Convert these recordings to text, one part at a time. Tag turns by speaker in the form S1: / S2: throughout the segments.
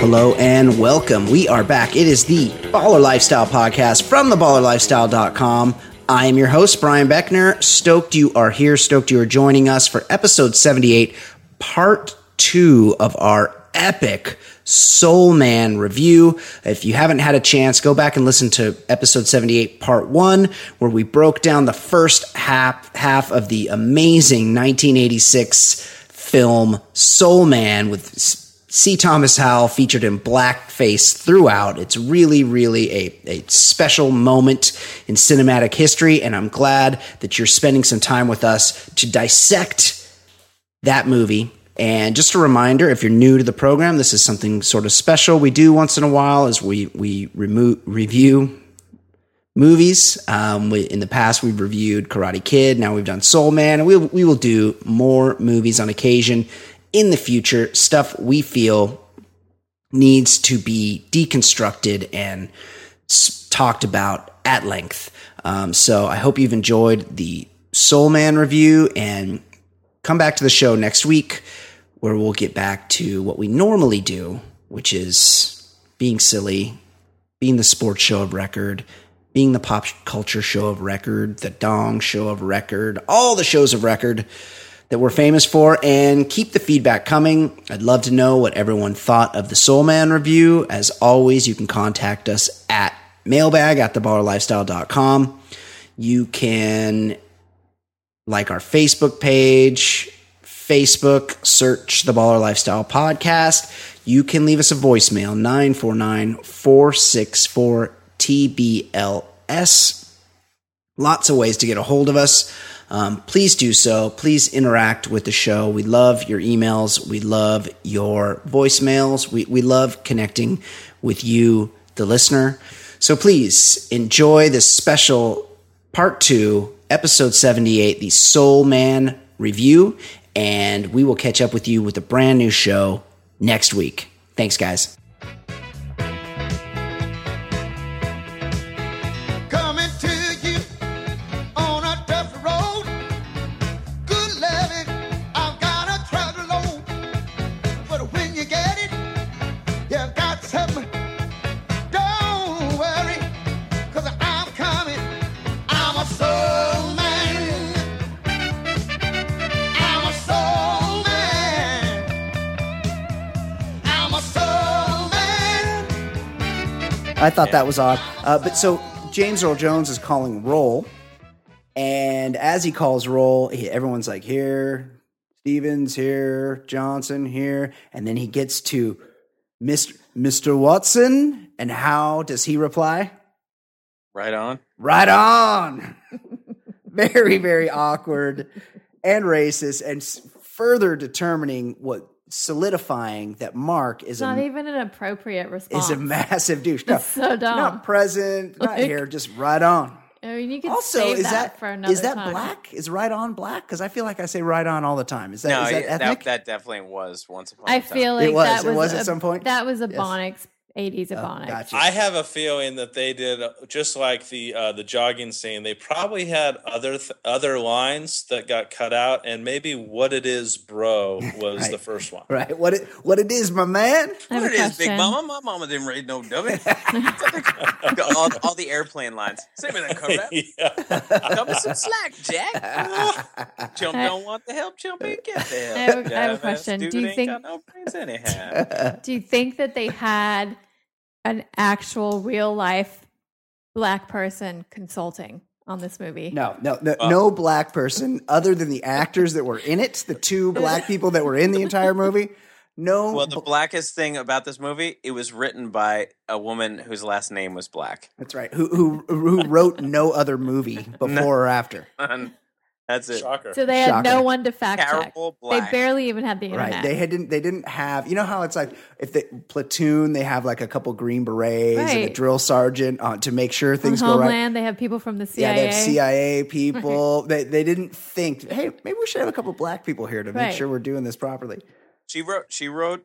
S1: Hello and welcome. We are back. It is the Baller Lifestyle Podcast from theballerlifestyle.com. I am your host, Brian Beckner. Stoked you are here. Stoked you are joining us for episode 78, part two of our epic Soul Man review. If you haven't had a chance, go back and listen to episode 78, part one, where we broke down the first half, half of the amazing 1986 film Soul Man with s- C. Thomas Howell featured in blackface throughout. It's really, really a, a special moment in cinematic history, and I'm glad that you're spending some time with us to dissect that movie. And just a reminder, if you're new to the program, this is something sort of special we do once in a while is we we remo- review movies. Um, we, in the past, we've reviewed Karate Kid. Now we've done Soul Man, and we we will do more movies on occasion in the future. Stuff we feel needs to be deconstructed and s- talked about at length. Um, so I hope you've enjoyed the Soul Man review and come back to the show next week where we'll get back to what we normally do, which is being silly, being the sports show of record, being the pop culture show of record, the dong show of record, all the shows of record that we're famous for, and keep the feedback coming. I'd love to know what everyone thought of the Soul Man review. As always, you can contact us at mailbag at theballerlifestyle.com. You can like our Facebook page, Facebook, search the Baller Lifestyle Podcast. You can leave us a voicemail, 949 464 TBLS. Lots of ways to get a hold of us. Um, please do so. Please interact with the show. We love your emails. We love your voicemails. We, we love connecting with you, the listener. So please enjoy this special part two, episode 78, the Soul Man review. And we will catch up with you with a brand new show next week. Thanks, guys.
S2: Coming to you on a dusty road. Good loving, I've got a travel load. But when you get it, you've got something. Don't worry, cause I'm coming. I'm a soul man. I'm a soul man. I'm a soul man.
S1: I thought that was odd. Uh, but so James Earl Jones is calling roll, and as he calls roll, he, everyone's like here, Stevens here, Johnson here, and then he gets to Mister Mister Watson, and how does he reply?
S3: Right on.
S1: Right on. very very awkward and racist, and s- further determining what solidifying that Mark is
S4: It's not
S1: a
S4: even an appropriate response.
S1: is a massive douche. No,
S4: It's so dumb.
S1: Not present. Not
S4: Like-
S1: here. Just right on.
S4: I mean, you could
S1: Also,
S4: save
S1: is
S4: that,
S1: that,
S4: for another
S1: is that
S4: time.
S1: black? Is right on black? Because I feel like I say right on all the time. Is that
S3: no,
S1: is
S3: yeah,
S1: that
S3: that,
S1: ethnic?
S3: that definitely was once upon. a
S4: I
S3: time.
S4: feel
S1: It
S4: like
S1: was,
S4: that
S1: it
S4: was
S1: was
S4: a,
S1: at some point?
S4: That was a
S1: Yes.
S4: Bonix 80s
S1: Oh,
S4: Ebonics.
S1: gotcha.
S3: I have a feeling that they did uh, just like the uh, the jogging scene. They probably had other th- other lines that got cut out, and maybe "What It Is, Bro" was the
S1: Right.
S3: first one.
S1: Right. What it what it is, my man?
S4: I have a
S5: What it is, Big
S4: question.
S5: Mama? My mama didn't raid no dummy. all, all the airplane lines. Send me that cover.
S3: yeah.
S5: Cut me some slack, Jack. Jump don't want the help. Jump and get the help.
S4: I have a- I have a
S5: Dumbass
S4: question. Do
S5: Dude
S4: you
S5: ain't
S4: think-
S5: got no brains anyhow.
S4: Do you think that they had an actual real life black person consulting on this movie?
S1: No, no, no, no black person other than the actors that were in it, the two black people that were in the entire movie. No,
S3: Oh,
S5: Well, the
S1: bl-
S5: blackest thing about this movie, it was written by a woman whose last name was Black.
S1: that's right. Who who who wrote no other movie before or after?
S5: And that's it.
S3: Shocker.
S4: So they had no
S1: Shocker.
S4: one to fact check.
S5: Carol Black.
S4: They barely even had the internet.
S1: Right. They had didn't they didn't have you know how it's like if the platoon they have like a couple green berets and a
S4: Right.
S1: drill sergeant uh, to make sure
S4: on
S1: things go right.
S4: Homeland, they have people from the
S1: Yeah,
S4: CIA.
S1: they have CIA people. They they didn't think, hey, maybe we should have a couple black people here to make
S4: Right.
S1: sure we're doing this properly.
S5: She wrote. She wrote.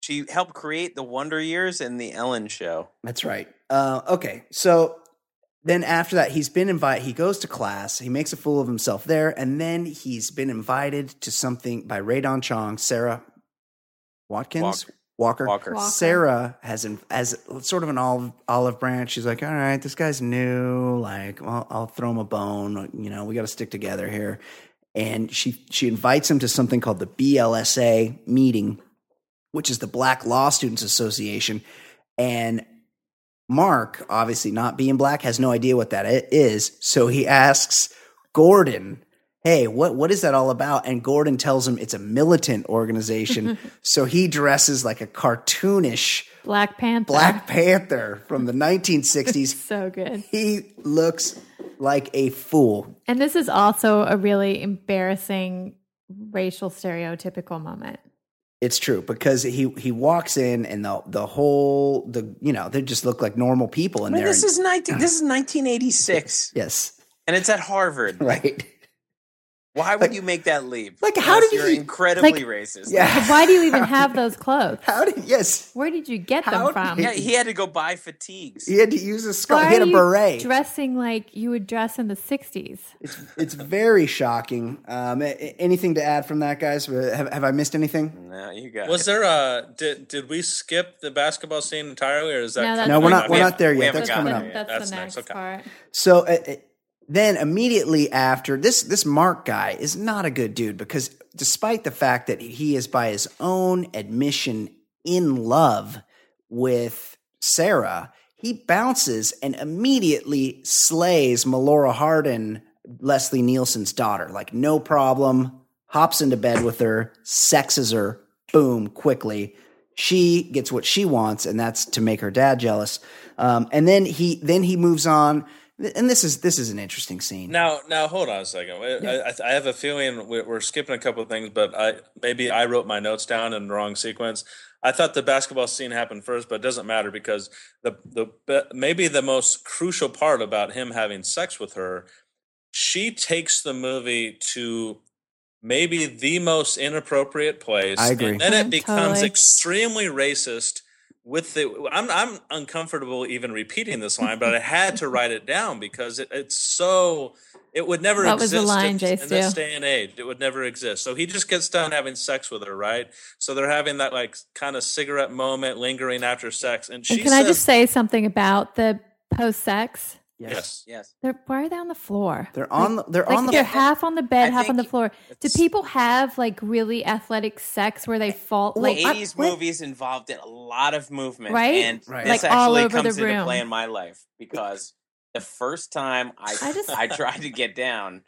S5: She helped create the Wonder Years and the Ellen Show.
S1: That's right. Uh, okay, so then after that, he's been invited. He goes to class. He makes a fool of himself there, and then he's been invited to something by Radon Chong, Sarah Watkins.
S5: Walker.
S1: Walker.
S5: Walker.
S4: Walker.
S1: Sarah has an, as sort of an olive, olive branch. She's like, all right, this guy's new. Like, well, I'll throw him a bone. You know, we got to stick together here. And she she invites him to something called the BLSA meeting, which is the Black Law Students Association. And Mark, obviously not being black, has no idea what that i- is. So he asks Gordon, "Hey, what what is that all about?" And Gordon tells him it's a militant organization. so he dresses like a cartoonish
S4: Black Panther.
S1: Black Panther from the 1960s.
S4: So good.
S1: he looks like a fool.
S4: And this is also a really embarrassing racial stereotypical moment.
S1: It's true because he he walks in and the the whole the you know they just look like normal people in
S5: Man,
S1: there.
S5: this is nineteen. This is nineteen eighty six,
S1: yes,
S5: and it's at Harvard.
S1: right.
S5: Why would you make that leap?
S1: Like, how
S5: Unless
S1: did
S5: you're
S1: he-
S5: incredibly
S4: like-
S5: racist?
S1: Yeah.
S4: Why do you even have those clothes?
S1: How did yes?
S4: Where did you get
S1: How
S4: them from?
S1: did-
S5: yeah, he had to go buy fatigues.
S1: He had to use a scarf.
S4: Why
S1: He had
S4: are
S1: a
S4: you
S1: beret.
S4: dressing like you would dress in the 60s?
S1: it's, it's very shocking. Um, a- a- anything to add from that, guys? Have, have I missed anything?
S5: No, you got.
S3: Was there a did did we skip the basketball scene entirely, or is that
S4: No,
S3: coming
S4: that's
S1: No, we're not.
S3: up?
S1: We're
S5: We
S1: not there
S5: haven't- we
S1: yet.
S5: haven't
S1: That's
S5: gotten
S1: coming
S5: there
S1: up.
S5: yet.
S3: That's
S4: That's, the
S3: next,
S4: next,
S3: okay.
S4: part.
S1: So uh, uh, then, immediately after this, this Mark guy is not a good dude because, despite the fact that he is by his own admission in love with Sarah, he bounces and immediately slays Melora Hardin, Leslie Nielsen's daughter. Like no problem, hops into bed with her, sexes her, boom, quickly. She gets what she wants, and that's to make her dad jealous. Um, and then he then he moves on, and this is this is an interesting scene.
S3: Now, now, hold on a second. Wait, I, I, I have a feeling we're, we're skipping a couple of things, but I maybe I wrote my notes down in the wrong sequence. I thought the basketball scene happened first, but it doesn't matter because the the be- maybe the most crucial part about him having sex with her, she takes the movie to maybe the most inappropriate place.
S1: I agree.
S3: And then it
S4: Mm,
S3: becomes
S4: totally.
S3: extremely racist. With the, I'm I'm uncomfortable even repeating this line, but I had to write it down because it, it's so it would never
S4: What was
S3: exist
S4: the line,
S3: in,
S4: Jay
S3: in this
S4: Stu?
S3: day and age. It would never exist. So he just gets done having sex with her, right? So they're having that like kind of cigarette moment lingering after sex, and she
S4: And can
S3: says,
S4: I just say something about the post sex?
S3: "Yes,
S5: Yes.
S4: They're Why are they on the floor?
S1: They're on the, they're
S4: Like
S1: on the
S4: they're half on the bed,
S5: I
S4: half on the
S5: think
S4: floor. Do
S5: it's-
S4: people have like really athletic sex where they fall?
S5: The
S4: Like
S5: eighties movies involved in a lot of movement,
S4: Right?
S5: And
S1: Right. Like,
S5: this actually
S4: all over the
S5: comes into
S4: room.
S5: play in my life because the first time I
S4: I just-
S5: I tried to get down,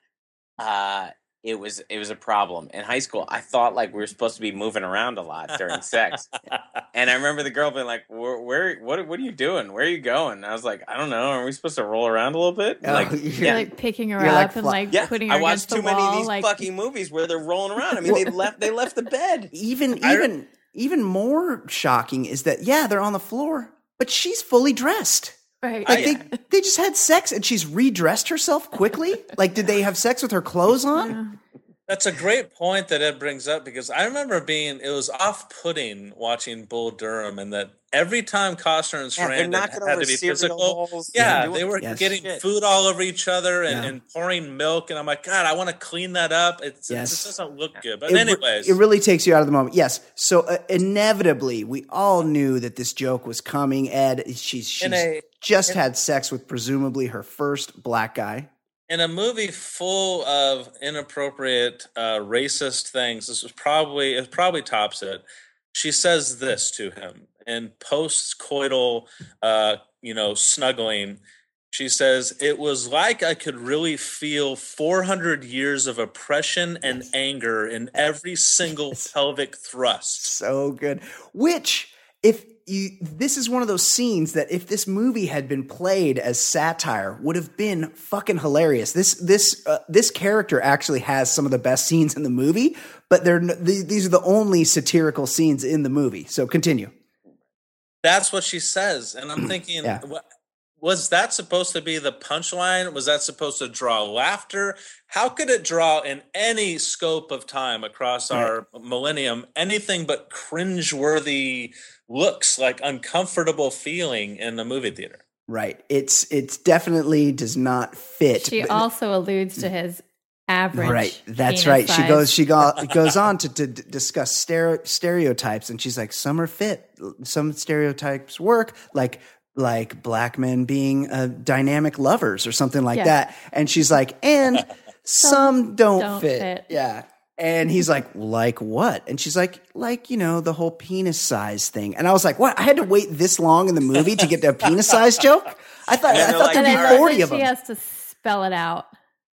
S5: uh, it was it was a problem in high school. I thought like we were supposed to be moving around a lot during sex, and I remember the girl being like, "Where, where what what are you doing? Where are you going?" And I was like, "I don't know. Are we supposed to roll around a little bit?"
S1: Oh,
S5: like,
S1: you're
S4: you're
S5: yeah.
S4: like picking her
S1: You're,
S4: up
S1: like,
S4: and
S1: fly-
S4: like
S5: yeah,
S4: putting her
S5: I watched
S4: against
S5: too
S4: the wall.
S5: many of these
S4: like,
S5: fucking movies where they're rolling around. I mean, they left they left the bed.
S1: even
S3: I-
S1: even even more shocking is that yeah they're on the floor but she's fully dressed
S4: right.
S3: Oh,
S1: like they they just had sex and she's redressed herself quickly like did they have sex with her clothes on
S3: That's a great point that Ed brings up because I remember being it was off-putting watching Bull Durham and that every time Costner and
S5: Yeah, they're
S3: Sarandon
S5: knocking
S3: had
S5: over
S3: to be
S5: cereal
S3: physical.
S5: bowls.
S3: Yeah,
S5: They're
S3: they
S5: doing
S3: were
S1: Yes.
S3: getting
S5: shit.
S3: food all over each other and,
S1: Yeah.
S3: and pouring milk, and I'm like, God, I want to clean that up. It's, It
S1: Yes.
S3: just doesn't look good. But
S1: It re-
S3: anyways,
S1: it really takes you out of the moment. Yes. So uh, inevitably, we all knew that this joke was coming. Ed, she's she's
S3: in a
S1: just had sex with presumably her first black guy.
S3: in a movie full of inappropriate uh, racist things, this was probably it probably tops it. She says this to him in post-coital, uh, you know, snuggling. She says, "It was like I could really feel 400 years of oppression and anger in every single pelvic thrust."
S1: So good. Which, if you, this is one of those scenes that if this movie had been played as satire, would have been fucking hilarious. This this uh, this character actually has some of the best scenes in the movie, but they're n- th- these are the only satirical scenes in the movie. So continue.
S3: That's what she says, and I'm thinking,
S1: Yeah.
S3: "Wha- was that supposed to be the punchline? Was that supposed to draw laughter? How could it draw in any scope of time across our millennium anything but cringeworthy looks, like uncomfortable feeling in the movie theater?
S1: Right. It's it's definitely does not fit.
S4: She
S1: but-
S4: also alludes to his average.
S1: Right, that's
S4: penis
S1: right. She
S4: size.
S1: goes. She go, goes on to, to d- discuss stere- stereotypes, and she's like, "Some are fit. Some stereotypes work, like like black men being uh, dynamic lovers or something like
S4: Yeah.
S1: that." And she's like, "And some don't,
S4: don't
S1: fit.
S4: fit.
S1: Yeah. And he's like, like what? And she's like, like, you know, the whole penis size thing. And I was like, what? I had to wait this long in the movie to get to a penis size joke? I thought,
S5: And then
S1: I
S5: they're
S1: thought
S5: like,
S4: and
S1: there'd
S4: then
S1: be
S5: "All right."
S1: 40 of
S4: she
S1: them.
S4: has to spell it out.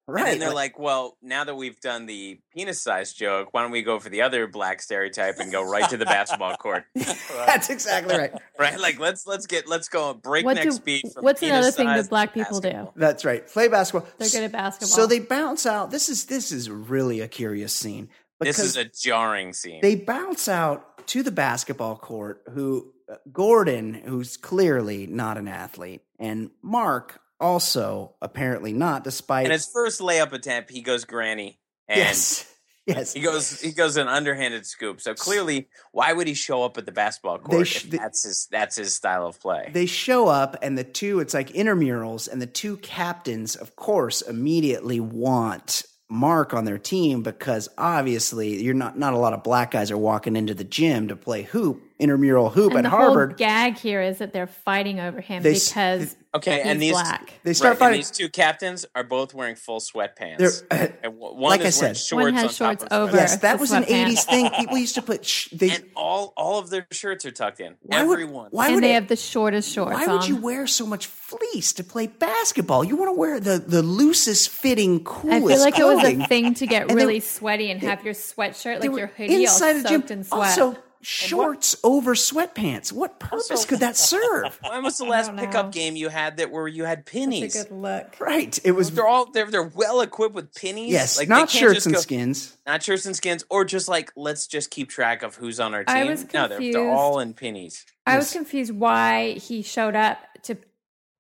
S1: right.
S5: And they're like, well, now that we've done the penis size joke, why don't we go for the other black stereotype and go right to the basketball court?
S1: that's exactly right.
S5: Right? Like let's let's get let's go
S4: What
S5: breakneck
S4: do-
S5: speed. From
S4: what's another
S5: penis
S4: thing that
S5: size to
S4: black people do?
S5: basketball.
S1: That's right. Play basketball.
S4: They're good at basketball.
S1: So they bounce out. This is this is really a curious scene
S5: This
S1: because
S5: is a jarring scene.
S1: they bounce out to the basketball court. Who uh, Gordon, who's clearly not an athlete, and Mark also apparently not, despite
S5: and his first layup attempt, he goes granny. And
S1: yes, yes.
S5: He goes. He goes an underhanded scoop. So clearly, why would he show up at the basketball
S1: They
S5: court?
S1: sh-
S5: if
S1: they-
S5: that's his. That's his style of play.
S1: They show up, and the two, it's like intramurals, and the two captains, of course, immediately want Mark on their team because obviously you're not not a lot of black guys are walking into the gym to play hoop, intramural hoop
S4: and
S1: at
S4: the
S1: Harvard.
S4: whole gag here is that they're fighting over him
S1: They s-
S4: because
S5: okay,
S4: he's
S5: and these
S4: black.
S1: they start
S5: right, and
S1: fighting.
S5: these two captains are both wearing full
S1: They're,
S5: sweatpants.
S1: uh,
S5: And w- one
S1: Like I
S5: is wearing
S1: said-
S5: shorts
S4: One has
S5: on top
S4: shorts
S5: of his
S4: over.
S5: sweater.
S1: yes, that
S4: the
S1: was an
S4: sweatpants.
S1: '80s thing. People used to put. Sh- they
S5: and all all of their shirts are tucked in.
S1: why would-
S5: Everyone.
S1: Why would
S4: and they
S1: it-
S4: have the shortest shorts.
S1: Why would
S4: on.
S1: you wear so much fleece to play basketball? You want to wear the, the loosest fitting,
S4: I
S1: coolest
S4: feel like
S1: clothing.
S4: it was a thing to get
S1: And they-
S4: really sweaty and have your sweatshirt,
S1: They
S4: like
S1: were
S4: your hoodie, all soaked in sweat.
S1: Also, shorts over sweatpants. What purpose could that serve?
S5: When was the last
S4: don't know.
S5: pickup game you had that where you had
S4: It's
S5: pennies?
S4: a good look.
S1: right. It was
S5: They're all they're they're well equipped with pennies.
S1: yes,
S5: Like, they
S1: not
S5: can't
S1: shirts
S5: just
S1: and
S5: go-
S1: skins.
S5: not shirts and skins, or just like let's just keep track of who's on our team.
S4: I was
S5: no, they're, they're all in pennies.
S4: I was confused why he showed up to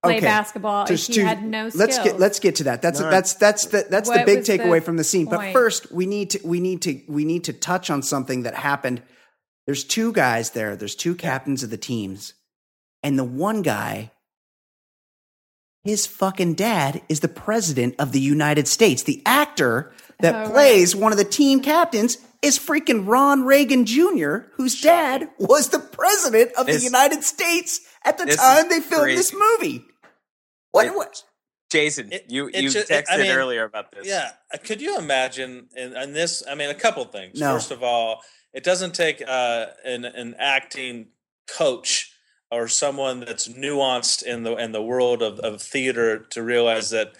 S4: play
S1: Okay.
S4: basketball. and
S1: Just
S4: he
S1: to-
S4: had no skills.
S1: Let's get let's get to that. That's that's that's the that's the
S4: What
S1: big
S4: was the
S1: takeaway from the scene. But
S4: point?
S1: first, we need to we need to we need to touch on something that happened. There's two guys there. There's two captains of the teams, and the one guy, his fucking dad is the president of the United States. The actor that
S4: Oh, right.
S1: plays one of the team captains is freaking Ron Reagan Jr., whose dad was the president of
S5: This-
S1: the United States at the
S5: this is
S1: time they filmed this
S5: crazy.
S1: movie. What?
S5: It-
S1: what?
S5: Jason,
S3: It-
S5: you
S3: it
S5: you
S3: ju- it- I
S5: texted
S3: mean,
S5: earlier about this.
S3: Yeah, uh, could you imagine? And, and this, I mean, a couple things.
S1: No.
S3: First of all, it doesn't take uh, an an acting coach or someone that's nuanced in the in the world of, of theater to realize that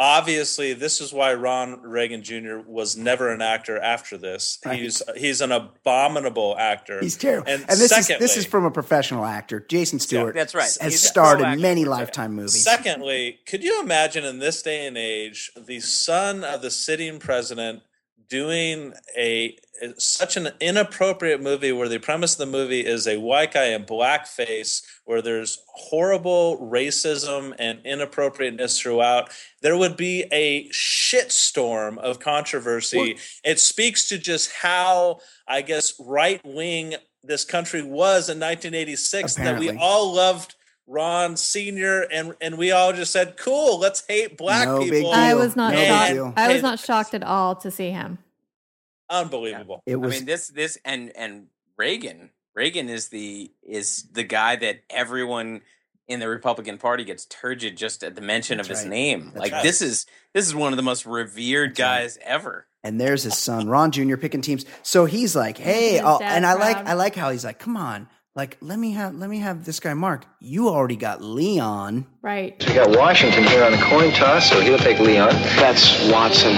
S3: obviously this is why Ron Reagan Jr. was never an actor after this.
S1: Right.
S3: He's he's an abominable actor.
S1: He's terrible. And,
S3: And
S1: this is this
S3: secondly-
S1: is from a professional actor. Jason Stewart
S5: that's right.
S1: has
S5: He's a
S1: starred
S5: pro
S1: in
S5: actor.
S1: many lifetime movies.
S3: Secondly, could you imagine in this day and age the son of the sitting president doing a it's such an inappropriate movie where the premise of the movie is a white guy in blackface where there's horrible racism and inappropriateness throughout there would be a shitstorm of controversy it speaks to just how i guess right wing this country was in 1986 that we
S1: Apparently.
S3: all loved Ron Senior and and we all just said, "Cool, let's hate black
S1: No big
S3: people."
S1: deal.
S4: I was not
S3: No big
S4: shocked.
S3: deal.
S4: I was
S3: And-
S4: not shocked at all to see him.
S3: Unbelievable.
S1: It was
S5: I mean this this and and Reagan Reagan is the is the guy that everyone in the Republican Party gets turgid just at the mention of
S1: That's
S5: his
S1: right.
S5: name.
S1: That's
S5: like
S3: right.
S5: this is this is one of the most revered
S1: That's
S5: guys ever.
S1: and there's his son Ron Jr. picking teams. So he's like, "Hey,"
S4: his
S1: oh,
S4: dad
S1: and I like
S4: proud.
S1: I like how he's like, "Come on, like let me have let me have this guy Mark. You already got Leon."
S4: Right.
S6: We got Washington here on a coin toss, so he'll take Leon. That's Watson.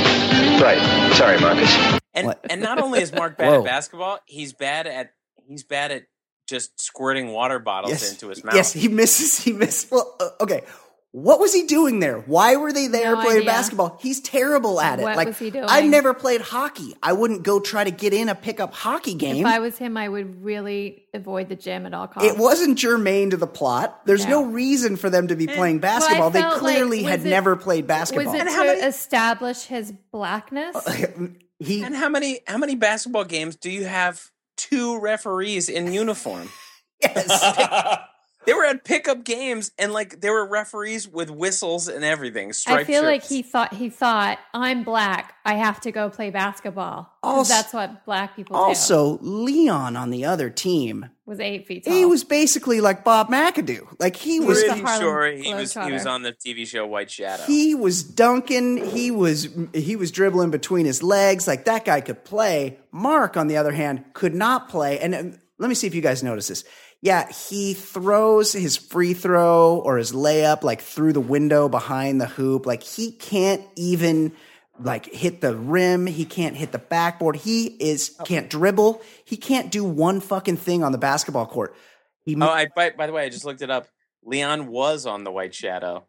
S6: Right. Sorry, Marcus.
S5: And
S1: What?
S5: and not only is Mark bad
S1: Whoa.
S5: at basketball, he's bad at he's bad at just squirting water bottles into his mouth.
S1: Yes, he misses. He misses. Well, uh, okay. What was he doing there? Why were they there
S4: No
S1: playing
S4: idea.
S1: basketball? He's terrible at it.
S4: What
S1: like
S4: was he doing?
S1: I never played hockey. I wouldn't go try to get in a pickup hockey
S4: If
S1: game.
S4: I was him, I would really avoid the gym at all costs.
S1: It wasn't germane to the plot. There's no
S4: No.
S1: reason for them to be playing
S4: Well, I
S1: basketball. they
S4: felt like-
S1: clearly
S4: was
S1: had
S4: it-
S1: never played
S4: Was
S1: basketball.
S4: it to establish his
S1: Uh,
S4: blackness?
S1: he
S5: And how many how many basketball games do you have two referees in uniform?
S1: yes.
S5: They were at pickup games and like there were referees with whistles and everything.
S4: I
S5: striped
S4: feel like
S5: shirts.
S4: he thought he thought I'm black. I have to go play basketball. 'Cause
S1: Also-
S4: that's what black people do.
S1: also, Leon on the other team,
S4: Was eight feet tall.
S1: he was basically like Bob McAdoo. Like he was
S4: the
S5: pretty
S4: Harlem
S5: sure he was he was
S4: Globetrotter.
S5: on the TV show White Shadow.
S1: He was dunking. He was he was dribbling between his legs. Like that guy could play. Mark, on the other hand, could not play. And um, let me see if you guys notice this. Yeah, he throws his free throw or his layup like through the window behind the hoop. Like he can't even like hit the rim. He can't hit the backboard. He is
S5: Oh.
S1: can't dribble. He can't do one fucking thing on the basketball court. He
S5: oh, I by, by the way, I just looked it up. Leon was on the White Shadow.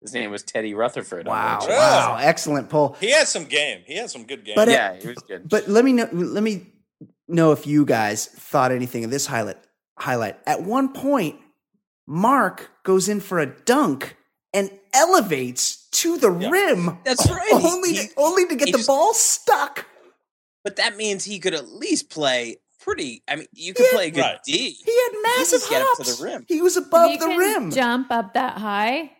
S5: His name was Teddy Rutherford. on
S1: wow,
S5: White Shadow.
S1: wow, excellent pull.
S3: He had some game. He had some good game.
S1: But it-
S5: Yeah, he was good.
S1: But let me know. Let me know if you guys thought anything of this highlight. Highlight at one point, Mark goes in for a dunk and elevates to the
S3: Yeah.
S1: rim.
S5: That's right.
S1: Only,
S5: He-
S1: only to get
S5: he
S1: the
S5: just-
S1: ball stuck.
S5: But that means he could at least play pretty. I mean, you could
S1: Yeah.
S5: play a good
S3: Right.
S5: D.
S1: He had massive
S5: just get up to
S1: hops.
S5: the rim.
S1: He was
S4: If
S1: above
S4: you
S1: the
S4: can
S1: rim.
S4: Jump up that high.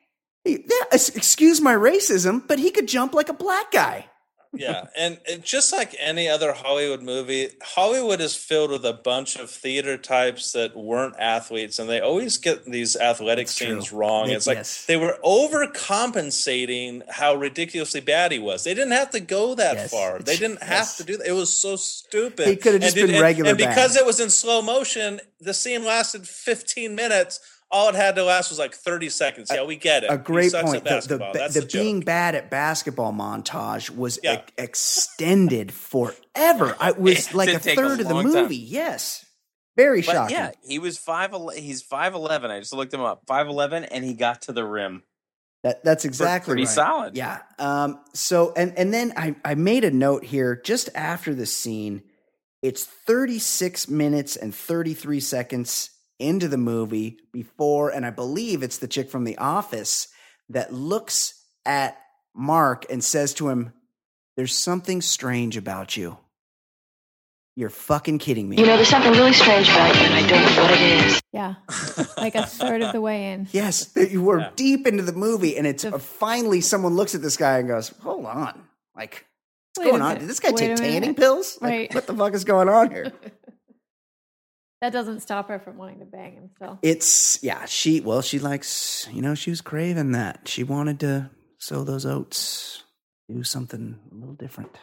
S1: He- yeah, ex- excuse my racism, but he could jump like a black guy.
S3: yeah, and it, just like any other Hollywood movie, Hollywood is filled with a bunch of theater types that weren't athletes, and they always get these athletic
S1: That's
S3: scenes
S1: true.
S3: wrong.
S1: They-
S3: it's like
S1: yes.
S3: they were overcompensating how ridiculously bad he was. They didn't have to go that
S1: Yes.
S3: far. They didn't
S1: Yes.
S3: have to do that. It was so stupid.
S1: He could've
S3: And
S1: just
S3: did-
S1: been
S3: and-
S1: regular
S3: And
S1: bad.
S3: because it was in slow motion, the scene lasted 15 minutes. All it had to last was like 30 seconds. Yeah, we get it.
S1: a
S3: He
S1: great
S3: sucks
S1: point.
S3: At
S1: The, the,
S3: basketball.
S1: the,
S3: That's joke.
S1: being bad at basketball montage was
S3: Yeah.
S1: ex- extended forever. I was
S5: It
S1: like
S5: did
S1: a
S5: take a
S1: third of the
S5: long
S1: movie.
S5: time.
S1: Yes, very
S5: But
S1: shocking.
S5: yeah, he was five. ele- He's five eleven. I just looked him up. Five eleven, and he got to the rim.
S1: That, that's exactly
S5: pretty
S1: right.
S5: solid.
S1: Yeah. Um. So and and then I I made a note here just after this scene. It's 36 minutes and 33 seconds into the movie before, and I believe it's the chick from The Office that looks at Mark and says to him, "There's something strange about you. You're fucking kidding me."
S7: You know, there's something really strange about you, and I don't know what it is.
S4: Yeah, like a third of the way in.
S1: Yes, that you were
S3: Yeah.
S1: deep into the movie, and it's
S4: The-
S1: uh, finally someone looks at this guy and goes, "Hold on, like what's
S4: Wait a
S1: going on?
S4: minute,
S1: Did this guy
S4: wait
S1: take
S4: a minute."
S1: tanning pills? Like,
S4: Right.
S1: what the fuck is going on here?"
S4: That doesn't stop her from wanting to bang him. Still,
S1: It's yeah, she well, she likes you know she was craving that. She wanted to sow those oats, do something a little different.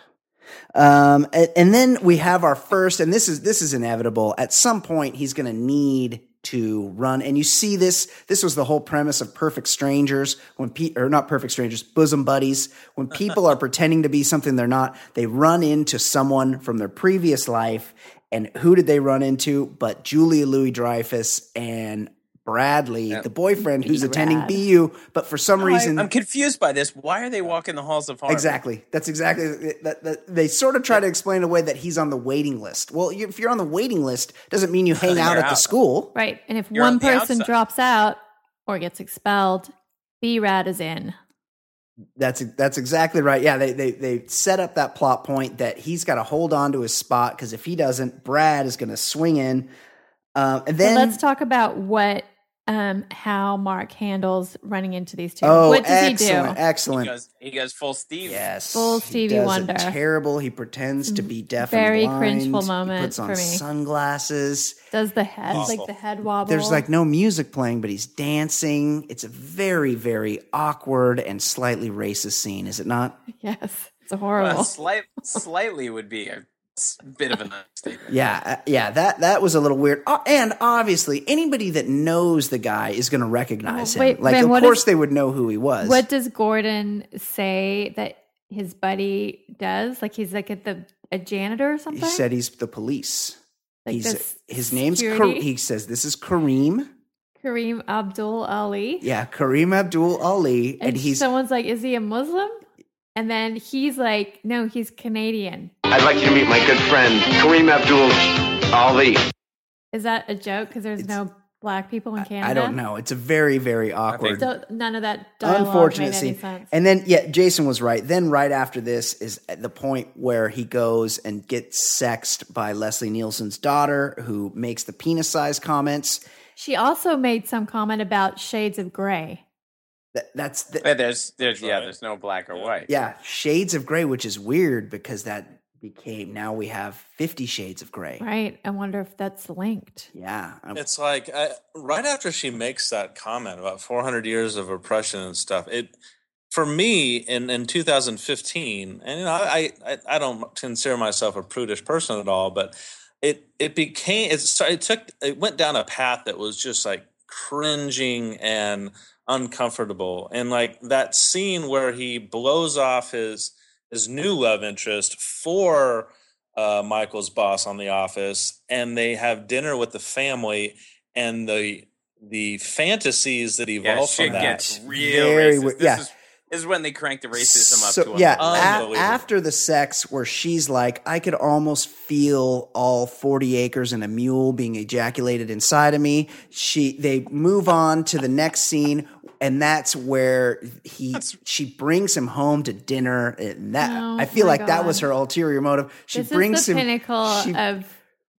S1: Um, a- and, then we have our first, and this is this is inevitable. At some point, he's going to need to run, and you see this. This was the whole premise of Perfect Strangers, when pe- or not Perfect Strangers, bosom buddies. When people are pretending to be something they're not, they run into someone from their previous life, and who did they run into? But Julia Louis Dreyfus and Bradley,
S5: Yeah.
S1: the boyfriend who's
S4: Brad.
S1: attending BU, but for some
S5: Oh, I,
S1: reason,
S5: am confused by this. Why are they walking the halls of harm?
S1: Exactly. That's exactly that, that. They sort of try to explain away that he's on the waiting list. Well, you, if you're on the waiting list, doesn't mean you hang
S5: Then
S1: out
S5: you're
S1: at the
S5: out.
S1: school.
S4: Right. And if
S5: You're
S4: one
S5: on the
S4: person
S5: outside.
S4: drops out or gets expelled, B Rad is in.
S1: That's that's exactly right. Yeah, they they they set up that plot point that he's got to hold on to his spot because if he doesn't, Brad is going to swing in. Um, and
S4: But
S1: then
S4: let's talk about what um how Mark handles running into these two.
S1: oh,
S4: what does
S1: excellent,
S4: he do?
S5: He
S1: excellent.
S5: goes, he goes full Steve.
S1: Yes,
S4: Full
S1: he
S4: Stevie
S1: does a
S4: Wonder.
S1: terrible. He pretends to be deaf.
S4: Very
S1: and blind.
S4: cringeful
S1: He
S4: moment
S1: puts on
S4: for me.
S1: Sunglasses.
S4: Does the head
S5: Awful.
S4: like the head wobble?
S1: There's like no music playing, but he's dancing. It's a very, very awkward and slightly racist scene, is it not?
S4: Yes. It's
S5: Uh,
S4: horrible.
S5: slight, slightly would be a s- bit of an understatement.
S1: Yeah, uh, yeah. That that was a little weird. Uh, and obviously, anybody that knows the guy is going to recognize
S4: Well, Oh, wait,
S1: him. Like,
S4: Ben,
S1: of
S4: what
S1: course,
S4: is-
S1: they would know who he was.
S4: What does Gordon say that his buddy does? Like he's like at the a janitor or something?
S1: he said he's the police.
S4: like
S1: he's
S4: this
S1: his name's. Kar-
S4: security?
S1: he says this is Kareem.
S4: Kareem Abdul Ali.
S1: Yeah, Kareem Abdul Ali, and,
S4: And,
S1: he's
S4: someone's like, is he a Muslim? And then he's like, no, he's Canadian.
S6: I'd like you to meet my good friend, Kareem Abdul Ali.
S4: Is that a joke? Because there's no black people in Canada.
S1: I don't know. It's a very, very awkward.
S4: So none of that dialogue
S1: unfortunate
S4: made any
S1: scene.
S4: sense.
S1: And then, yeah, Jason was right. Then, right after this is at the point where he goes and gets sexed by Leslie Nielsen's daughter, who makes the penis size comments.
S4: she also made some comment about shades of gray.
S1: That, that's the,
S5: But there's, there's, yeah,
S3: right.
S5: there's no black or
S3: Yeah.
S5: white.
S1: yeah, Shades of Gray, which is weird because that became now we have Fifty Shades of Gray.
S4: Right. I wonder if that's linked.
S1: Yeah, I'm-
S3: It's like I, right after she makes that comment about 400 years of oppression and stuff. It for me in in 2015, and you know, I I, I don't consider myself a prudish person at all, but it it became it, sta- it took it went down a path that was just like cringing and uncomfortable, and like that scene where he blows off his his new love interest for uh, Michael's boss on The Office, and they have dinner with the family, and the the fantasies that evolve
S5: Yeah,
S3: from
S5: shit
S3: that.
S5: gets real
S1: Very
S5: racist.
S1: weird.
S5: This,
S1: Yeah.
S5: is, this is when they crank the racism up
S1: So-
S5: to 11.
S1: yeah, a-
S3: Unbelievable.
S1: after the sex where she's like, I could almost feel all forty acres and a mule being ejaculated inside of me. She they move on to the next scene, and that's where he she brings him home to dinner, and that
S4: Oh,
S1: I feel
S4: my
S1: like that was
S4: God.
S1: her ulterior motive. She
S4: this
S1: brings
S4: is the
S1: him
S4: pinnacle
S1: she-
S4: of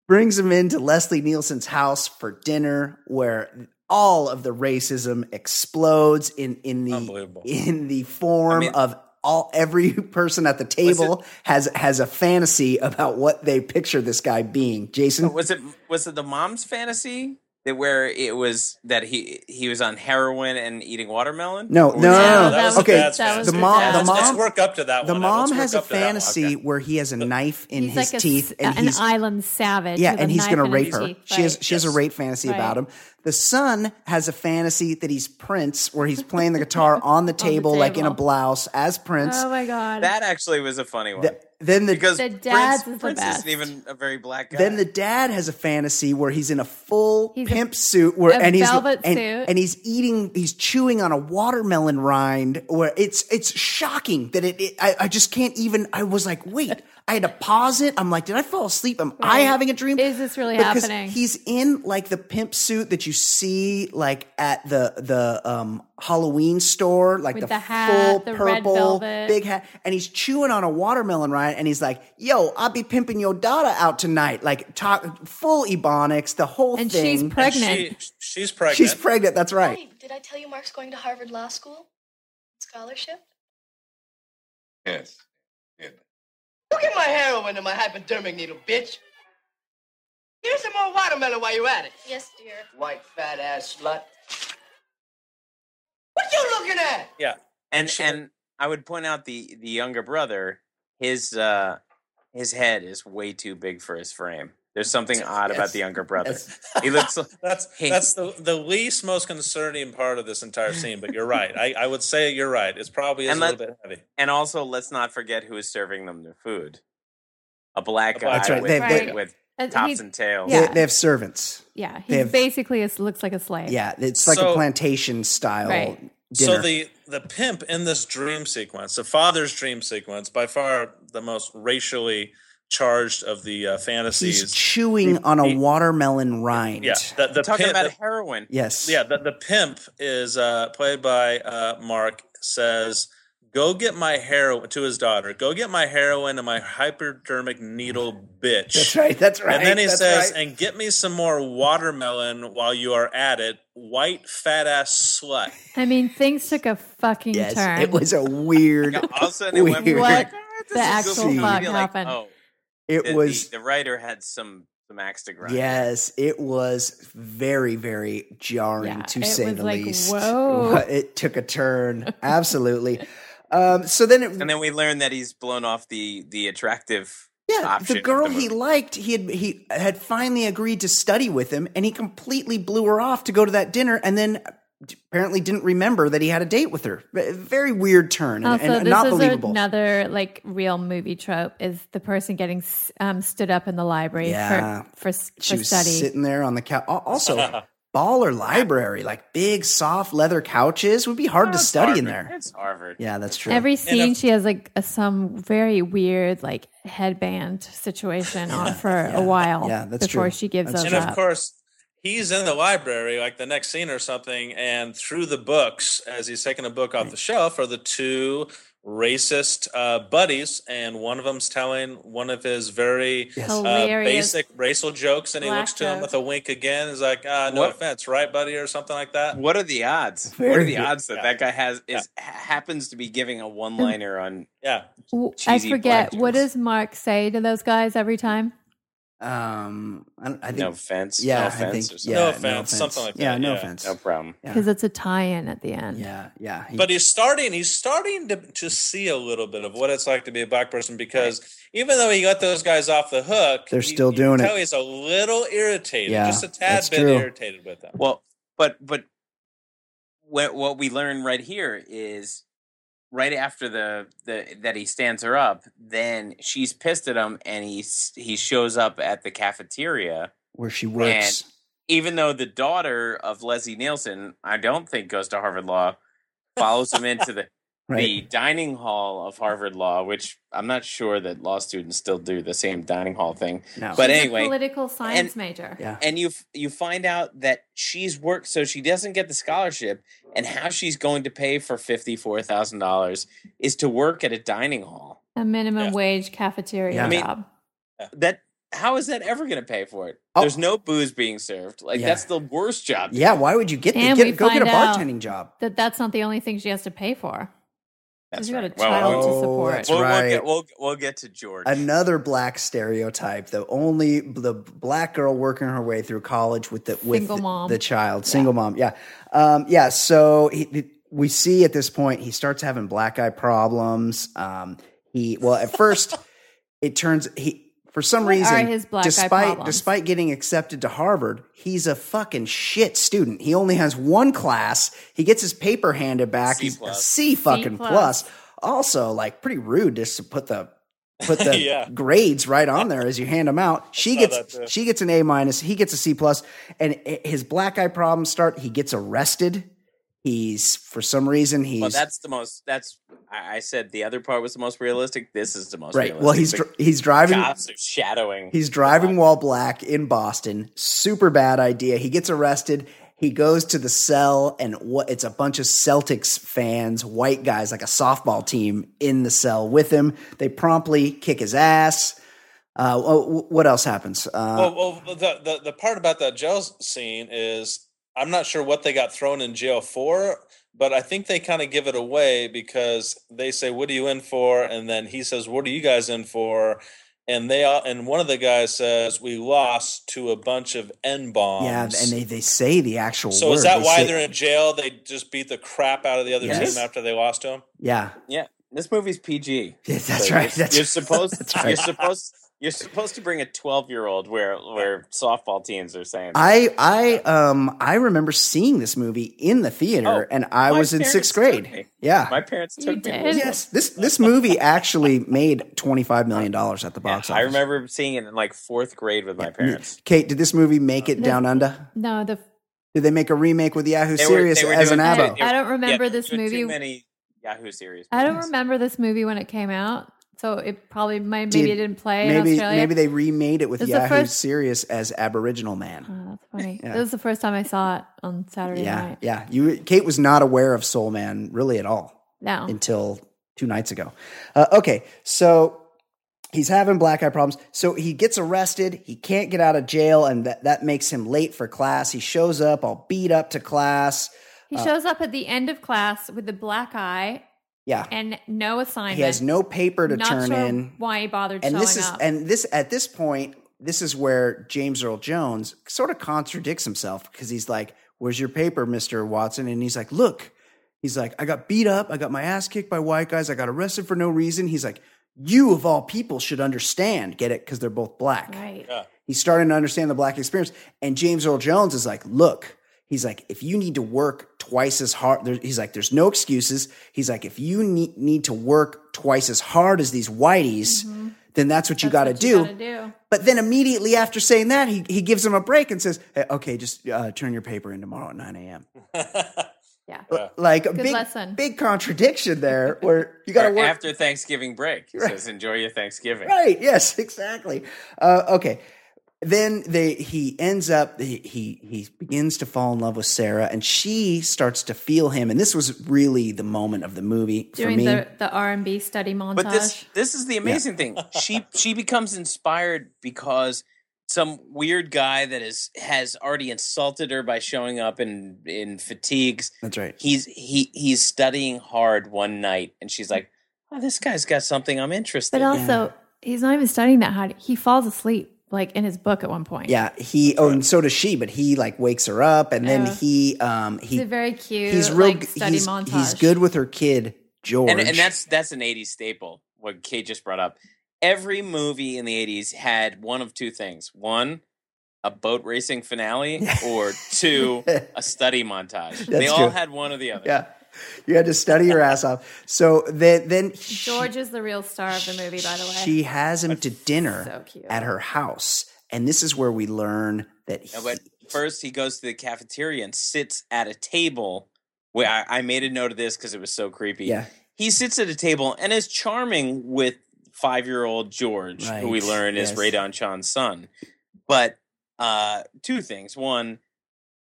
S1: brings him into Leslie Nielsen's house for dinner, where all of the racism explodes in in the
S3: Unbelievable.
S1: in the form
S5: I mean-
S1: of all every person at the table has has a fantasy about what they picture this guy being. Jason,
S5: was it was it the mom's fantasy that where it was that he he was on heroin and eating watermelon?
S1: no, no,
S5: Or was
S1: no,
S5: it-
S1: no, no.
S4: that was-
S1: okay,
S4: that's that was
S1: the
S4: the
S1: mom,
S4: bad.
S1: the
S3: Let's- let's
S1: mom,
S3: work up to that
S1: the
S3: one.
S1: mom
S3: Let's
S1: has a
S3: work up to that one.
S1: fantasy
S3: Okay.
S1: where he has a knife in
S4: he's
S1: his
S4: like a
S1: teeth,
S4: s-
S1: and
S4: an
S1: he's
S4: island savage.
S1: Yeah,
S4: with a
S1: and he's
S4: knife
S1: going to
S4: in
S1: rape
S4: his
S1: her.
S4: teeth.
S1: She has
S4: Right.
S1: she has a rape fantasy about
S4: Right.
S1: him. The son has a fantasy that he's Prince, where he's playing the guitar on the table, like in a
S4: table.
S1: blouse as Prince.
S4: Oh my god.
S5: that actually was a funny one
S1: Th- then the
S5: because
S4: The
S5: Prince,
S4: dad's is the
S5: Prince
S4: best.
S5: isn't even a very black guy.
S1: then the dad has a fantasy where he's in a full
S4: He's a-
S1: pimp suit, where
S4: a
S1: and he's
S4: velvet
S1: and,
S4: suit.
S1: and he's eating, he's chewing on a watermelon rind. Where it's it's shocking that it, it I, I just can't even. I was like, wait, I had to pause it. I'm like, did I fall asleep? Am I
S4: Right.
S1: having a dream?
S4: Is this really
S1: because
S4: happening?
S1: He's in like the pimp suit that you see like at the the um Halloween store, like
S4: With
S1: the,
S4: the hat,
S1: full
S4: the red
S1: purple
S4: velvet.
S1: big hat, and he's chewing on a watermelon rind, and he's like, "Yo, I'll be pimping your daughter out tonight." Like talk full ebonics, the whole
S4: and
S1: thing.
S4: she's
S3: And
S4: pregnant.
S3: She, she's pregnant.
S1: She's pregnant. That's right.
S7: Hey, did I tell you Mark's going to Harvard Law School? Scholarship?
S8: Yes. Yeah.
S2: Look at my heroin and my hypodermic needle, bitch. Here's some more watermelon while you're at it.
S7: Yes, dear.
S2: White fat ass slut. What you looking at?
S3: yeah.
S5: and and I would point out the the younger brother his uh his head is way too big for his frame. There's something odd about
S1: Yes.
S5: the younger brother.
S1: That's-
S5: He looks
S3: That's
S5: Hey.
S3: that's the, the least most concerning part of this entire scene. But you're right. I, I would say you're right. It's probably is
S5: And
S3: a
S5: let-
S3: little bit heavy.
S5: and also let's not forget who is serving them the food. A black
S3: A black
S5: guy
S1: That's right.
S5: with,
S1: They-
S4: they-
S5: with
S4: And
S5: tops
S4: he's-
S5: and tails.
S4: Yeah.
S1: They, they have servants.
S4: yeah, he
S1: They have-
S4: basically is, looks like a slave.
S1: Yeah, it's like a
S3: So-
S1: plantation style
S4: Right.
S1: dinner.
S3: So the the pimp in this dream sequence, the father's dream sequence, by far the most racially charged of the uh, fantasies.
S1: He's chewing on a
S3: he-
S1: watermelon rind.
S3: yeah, the, the
S5: Talking
S3: pimp,
S5: about heroin.
S1: Yes.
S3: yeah, the, the pimp is uh, played by uh, Mark. Says, "Go get my heroin to his daughter. Go get my heroin and my hypodermic needle, bitch."
S1: That's right. That's right.
S3: And then he
S1: that's
S3: says,
S1: right.
S3: "And get me some more watermelon while you are at it, white fat ass slut."
S4: I mean, things took a fucking
S1: yes,
S4: turn.
S1: it was a weird.
S5: All of a sudden, it went from,
S1: Weird.
S5: like,
S4: What
S5: "Ah,
S4: the
S5: this is
S1: actual
S5: goofy comedy,"
S4: fuck
S5: like,
S4: happened?
S5: oh, the,
S1: it was
S5: the, the writer had some some axe to grind.
S1: Yes, it was very, very jarring
S4: Yeah,
S1: to
S4: it
S1: say
S4: was
S1: the
S4: like,
S1: least.
S4: whoa.
S1: It took a turn, absolutely. um, so then, it,
S5: And then we learned that he's blown off the the attractive.
S1: yeah,
S5: option
S1: the
S5: of
S1: girl
S5: movie.
S1: he liked, he had he had finally agreed to study with him, and he completely blew her off to go to that dinner, and then apparently didn't remember that he had a date with her. V- Very weird turn, and,
S4: Also,
S1: and
S4: Oh, this
S1: not
S4: is
S1: believable.
S4: another like real movie trope: is the person getting s- um, stood up in the library
S1: Yeah.
S4: for for, s-
S1: she
S4: for
S1: was
S4: study.
S1: sitting there on the couch. Also, baller library, like big soft leather couches, would be hard to
S5: It's
S1: study in
S5: Harvard.
S1: there.
S5: It's Harvard.
S1: Yeah, that's true.
S4: Every
S3: a-
S4: scene, she has like a, some very weird like headband situation on for a while
S1: Yeah, that's
S4: before
S1: true.
S4: she gives
S1: That's
S4: those
S3: and
S4: up.
S3: of course he's in the library like the next scene or something and through the books as he's taking a book off the shelf are the two racist uh, buddies and one of them's telling one of his very
S1: Yes.
S3: uh,
S4: Hilarious.
S3: basic racial jokes and he
S4: black
S3: looks to him
S4: joke.
S3: with a wink again he's like ah, no
S5: What-
S3: offense right buddy or something like that
S5: What are the odds?
S1: Very
S5: what are the
S1: good.
S5: odds that
S3: Yeah.
S5: that guy has is ha- happens to be giving a one liner on?
S3: yeah
S4: W- I
S5: cheesy
S4: forget
S5: black
S4: what
S5: jokes.
S4: does Mark say to those guys every time.
S1: Um, I, don't- I think.
S5: no offense.
S1: yeah,
S5: no
S1: I
S5: offense.
S1: think.
S5: or
S1: Yeah,
S5: something.
S3: No offense, something like
S1: Yeah,
S3: that,
S1: no
S3: yeah.
S1: offense.
S5: No problem.
S1: Yeah.
S4: because it's a tie-in at the end.
S1: Yeah, yeah. he-
S3: but he's starting he's starting to, to see a little bit of what it's like to be a black person because even though he let those guys off the hook
S1: They're
S3: you-
S1: still
S3: you can
S1: doing it.
S3: tell he's a little irritated
S1: Yeah,
S3: just a tad
S1: that's
S3: bit
S1: true. Uh,
S3: irritated with them
S5: Well, but but what what we learn right here is right after the the that he stands her up, then she's pissed at him, and he s- he shows up at the cafeteria,
S1: where she works.
S5: even though the daughter of Leslie Nielsen, I don't think goes to Harvard Law, follows him into the the
S1: right.
S5: dining hall of Harvard Law, which I'm not sure that law students still do the same dining hall thing.
S1: no.
S5: But
S4: She's a
S5: anyway,
S4: political science major.
S1: Yeah.
S5: and you f- you find out that she's worked so she doesn't get the scholarship and how she's going to pay for $54,000 is to work at a dining hall.
S4: A minimum
S3: Yeah.
S4: wage cafeteria
S1: Yeah. I
S5: mean-
S4: job.
S5: That how is that ever going to pay for it?
S1: Oh.
S5: There's no booze being served. Like
S1: Yeah.
S5: that's the worst job.
S1: yeah. Why would you get the
S4: And we
S1: get, go get a
S4: find out-
S1: bartending job?
S4: That that's not the only thing she has to pay for.
S5: That's
S4: She's got
S5: right.
S4: a child
S5: we'll,
S1: Oh,
S4: to support.
S1: that's
S5: we'll, we'll
S1: right.
S5: get, we'll, we'll get to George.
S1: Another black stereotype, though. Only the black girl working her way through college with the with
S4: Single
S1: the,
S4: mom.
S1: the child, single mom. Yeah, um, yeah. So he, he- we see at this point he starts having black eye problems. Um, he well at first it turns he for some
S4: What are
S1: reason
S4: his black eye
S1: despite
S4: problems?
S1: despite getting accepted to Harvard, he's a fucking shit student. He only has one class. He gets his paper handed back.
S5: C
S1: he's a
S5: plus.
S1: C fucking
S4: plus.
S1: plus. Also, like pretty rude just to put the put the
S3: Yeah.
S1: grades right on there as you hand them out. She
S3: saw
S1: gets
S3: that too.
S1: she gets an A minus. He gets a C plus, and i- his black eye problems start. He gets arrested. He's for some reason he's
S5: well, that's the most. That's I, I said the other part was the most realistic. This is the most
S1: right.
S5: Realistic.
S1: Well, he's
S5: The
S1: dr- he's driving.
S5: cops are shadowing.
S1: He's driving while black in Boston. Super bad idea. He gets arrested. He goes to the cell, and what? It's a bunch of Celtics fans, white guys, like a softball team, in the cell with him. They promptly kick his ass. Uh, wh- wh- what else happens? Uh,
S3: well, well the, the the part about that jail s- scene is i'm not sure what they got thrown in jail for but i think they kind of give it away because they say what are you in for and then he says what are you guys in for and they all, and one of the guys says we lost to a bunch of n bombs
S1: yeah, and they, they say the actual.
S3: So
S1: word.
S3: is that
S1: They
S3: why
S1: say-
S3: they're in jail? They just beat the crap out of the other
S1: Yes.
S3: team after they lost to him.
S1: Yeah,
S5: Yeah, this movie's PG.
S1: Yeah, that's
S5: So
S1: right.
S5: You're,
S1: That's
S5: you're supposed.
S1: that's right.
S5: You're supposed. You're supposed to bring a 12 year old where where softball teams are saying.
S1: I I um I remember seeing this movie in the theater,
S5: Oh,
S1: and I
S5: my
S1: was in
S5: parents
S1: sixth
S5: took
S1: grade.
S5: me.
S1: Yeah.
S5: My parents
S4: You
S5: took me.
S4: did?
S5: to this.
S1: Yes. This this movie actually made twenty five million dollars at the box
S5: I
S1: office.
S5: remember seeing it in like fourth grade with my parents.
S1: Kate, did this movie make it
S4: No.
S1: down under?
S4: No, the
S1: Did they make a remake with Yahoo
S5: They were-
S1: Serious
S5: they were
S1: as an
S5: doing-
S4: I,
S5: Abba.
S1: abo?
S4: don't- I don't remember
S5: Yeah,
S4: this
S5: too-
S4: movie.
S5: Too many Yahoo series.
S4: I don't
S5: movies.
S4: remember this movie when it came out, so it probably might, maybe
S1: Did-
S4: it didn't play
S1: Maybe
S4: in Australia.
S1: maybe they remade it with
S4: This is the
S1: Yahoo
S4: first-
S1: Serious as Aboriginal Man.
S4: Oh, that's funny.
S1: Yeah.
S4: That was the first time I saw it on Saturday
S1: Yeah,
S4: night.
S1: yeah. You Kate was not aware of Soul Man really at all.
S4: No,
S1: until two nights ago. Uh, okay, so he's having black eye problems. So he gets arrested. He can't get out of jail, and that, that makes him late for class. He shows up all beat up to class.
S4: he
S1: uh,
S4: shows up at the end of class with a black eye
S1: Yeah,
S4: and no assignment.
S1: he has no paper to
S4: Not
S1: turn
S4: sure
S1: in.
S4: Why he bothered
S1: And
S4: showing
S1: this is
S4: up?
S1: and this at this point, this is where James Earl Jones sort of contradicts himself because he's like, "Where's your paper, Mister Watson?" And he's like, "Look." He's like, I got beat up. I got my ass kicked by white guys. I got arrested for no reason. He's like, you of all people should understand, get it? Because they're both black.
S4: right.
S1: He's starting to understand the black experience. And James Earl Jones is like, look, he's like, if you need to work twice as hard, there, he's like, there's no excuses. He's like, if you need, need to work twice as hard as these whiteys, then that's what you got to
S4: Mm-hmm. That's what
S1: do.
S4: you gotta do.
S1: But then immediately after saying that, he, he gives him a break and says, "Hey, okay, just uh, turn your paper in tomorrow at 9 a.m.
S4: Yeah.
S1: Like a
S4: Good
S1: big,
S4: lesson.
S1: big contradiction there where you got to
S5: Or
S1: work.
S5: after Thanksgiving break. He says, "Enjoy your Thanksgiving."
S1: Right. Yes. Exactly. Uh, okay. Then they he ends up he, he he begins to fall in love with Sarah, and she starts to feel him. And this was really the moment of the movie for
S4: Doing
S1: me.
S4: the the R and B study montage.
S5: But this this is the amazing thing. She she becomes inspired because some weird guy that is has already insulted her by showing up in in fatigues.
S1: That's right.
S5: He's he he's studying hard one night, and she's like, "Oh, this guy's got something I'm interested."
S4: but
S5: in."
S4: also, he's not even studying that hard. He falls asleep like in his book at one point.
S1: Yeah. He. Oh, and so does she. But he like wakes her up, and then
S4: Yeah.
S1: he um
S4: He's
S1: he
S4: a very cute.
S1: he's real
S4: like,
S1: g-
S4: study
S1: he's
S4: montage.
S1: he's good with her kid George,
S5: and, and that's that's an 80s staple what kate just brought up every movie in the 80s had one of two things one a boat racing finale or two a study montage they
S1: That's
S5: all
S1: true.
S5: had one or the other
S1: yeah. You had to study your ass off. So then then she-
S4: George is the real star of the movie, by the way.
S1: She has him to dinner
S4: so cute.
S1: at her house. And this is where we learn that he,
S5: No, Uh, but first he goes to the cafeteria and sits at a table where i, I made a note of this because it was so creepy
S1: Yeah.
S5: he sits at a table and is charming with five-year-old george who we
S1: Right,
S5: learn
S1: yes.
S5: is radon chan's son but uh, two things one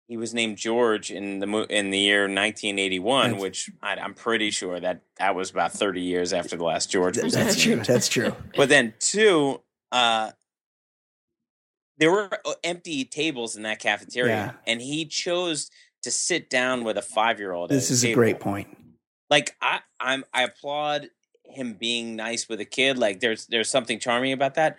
S5: he was named George in the mo- in the year 1981,
S1: That's-
S5: which I, I'm pretty sure that that was about 30 years after the last George. was
S1: that's
S5: named.
S1: true. That's true.
S5: But then two, uh, there were uh, empty tables in that cafeteria,
S1: Yeah.
S5: and he chose to sit down with a five-year-old. at
S1: This
S5: his
S1: is a
S5: table.
S1: great point.
S5: Like I, I'm, I applaud him being nice with a kid. Like there's, there's something charming about that.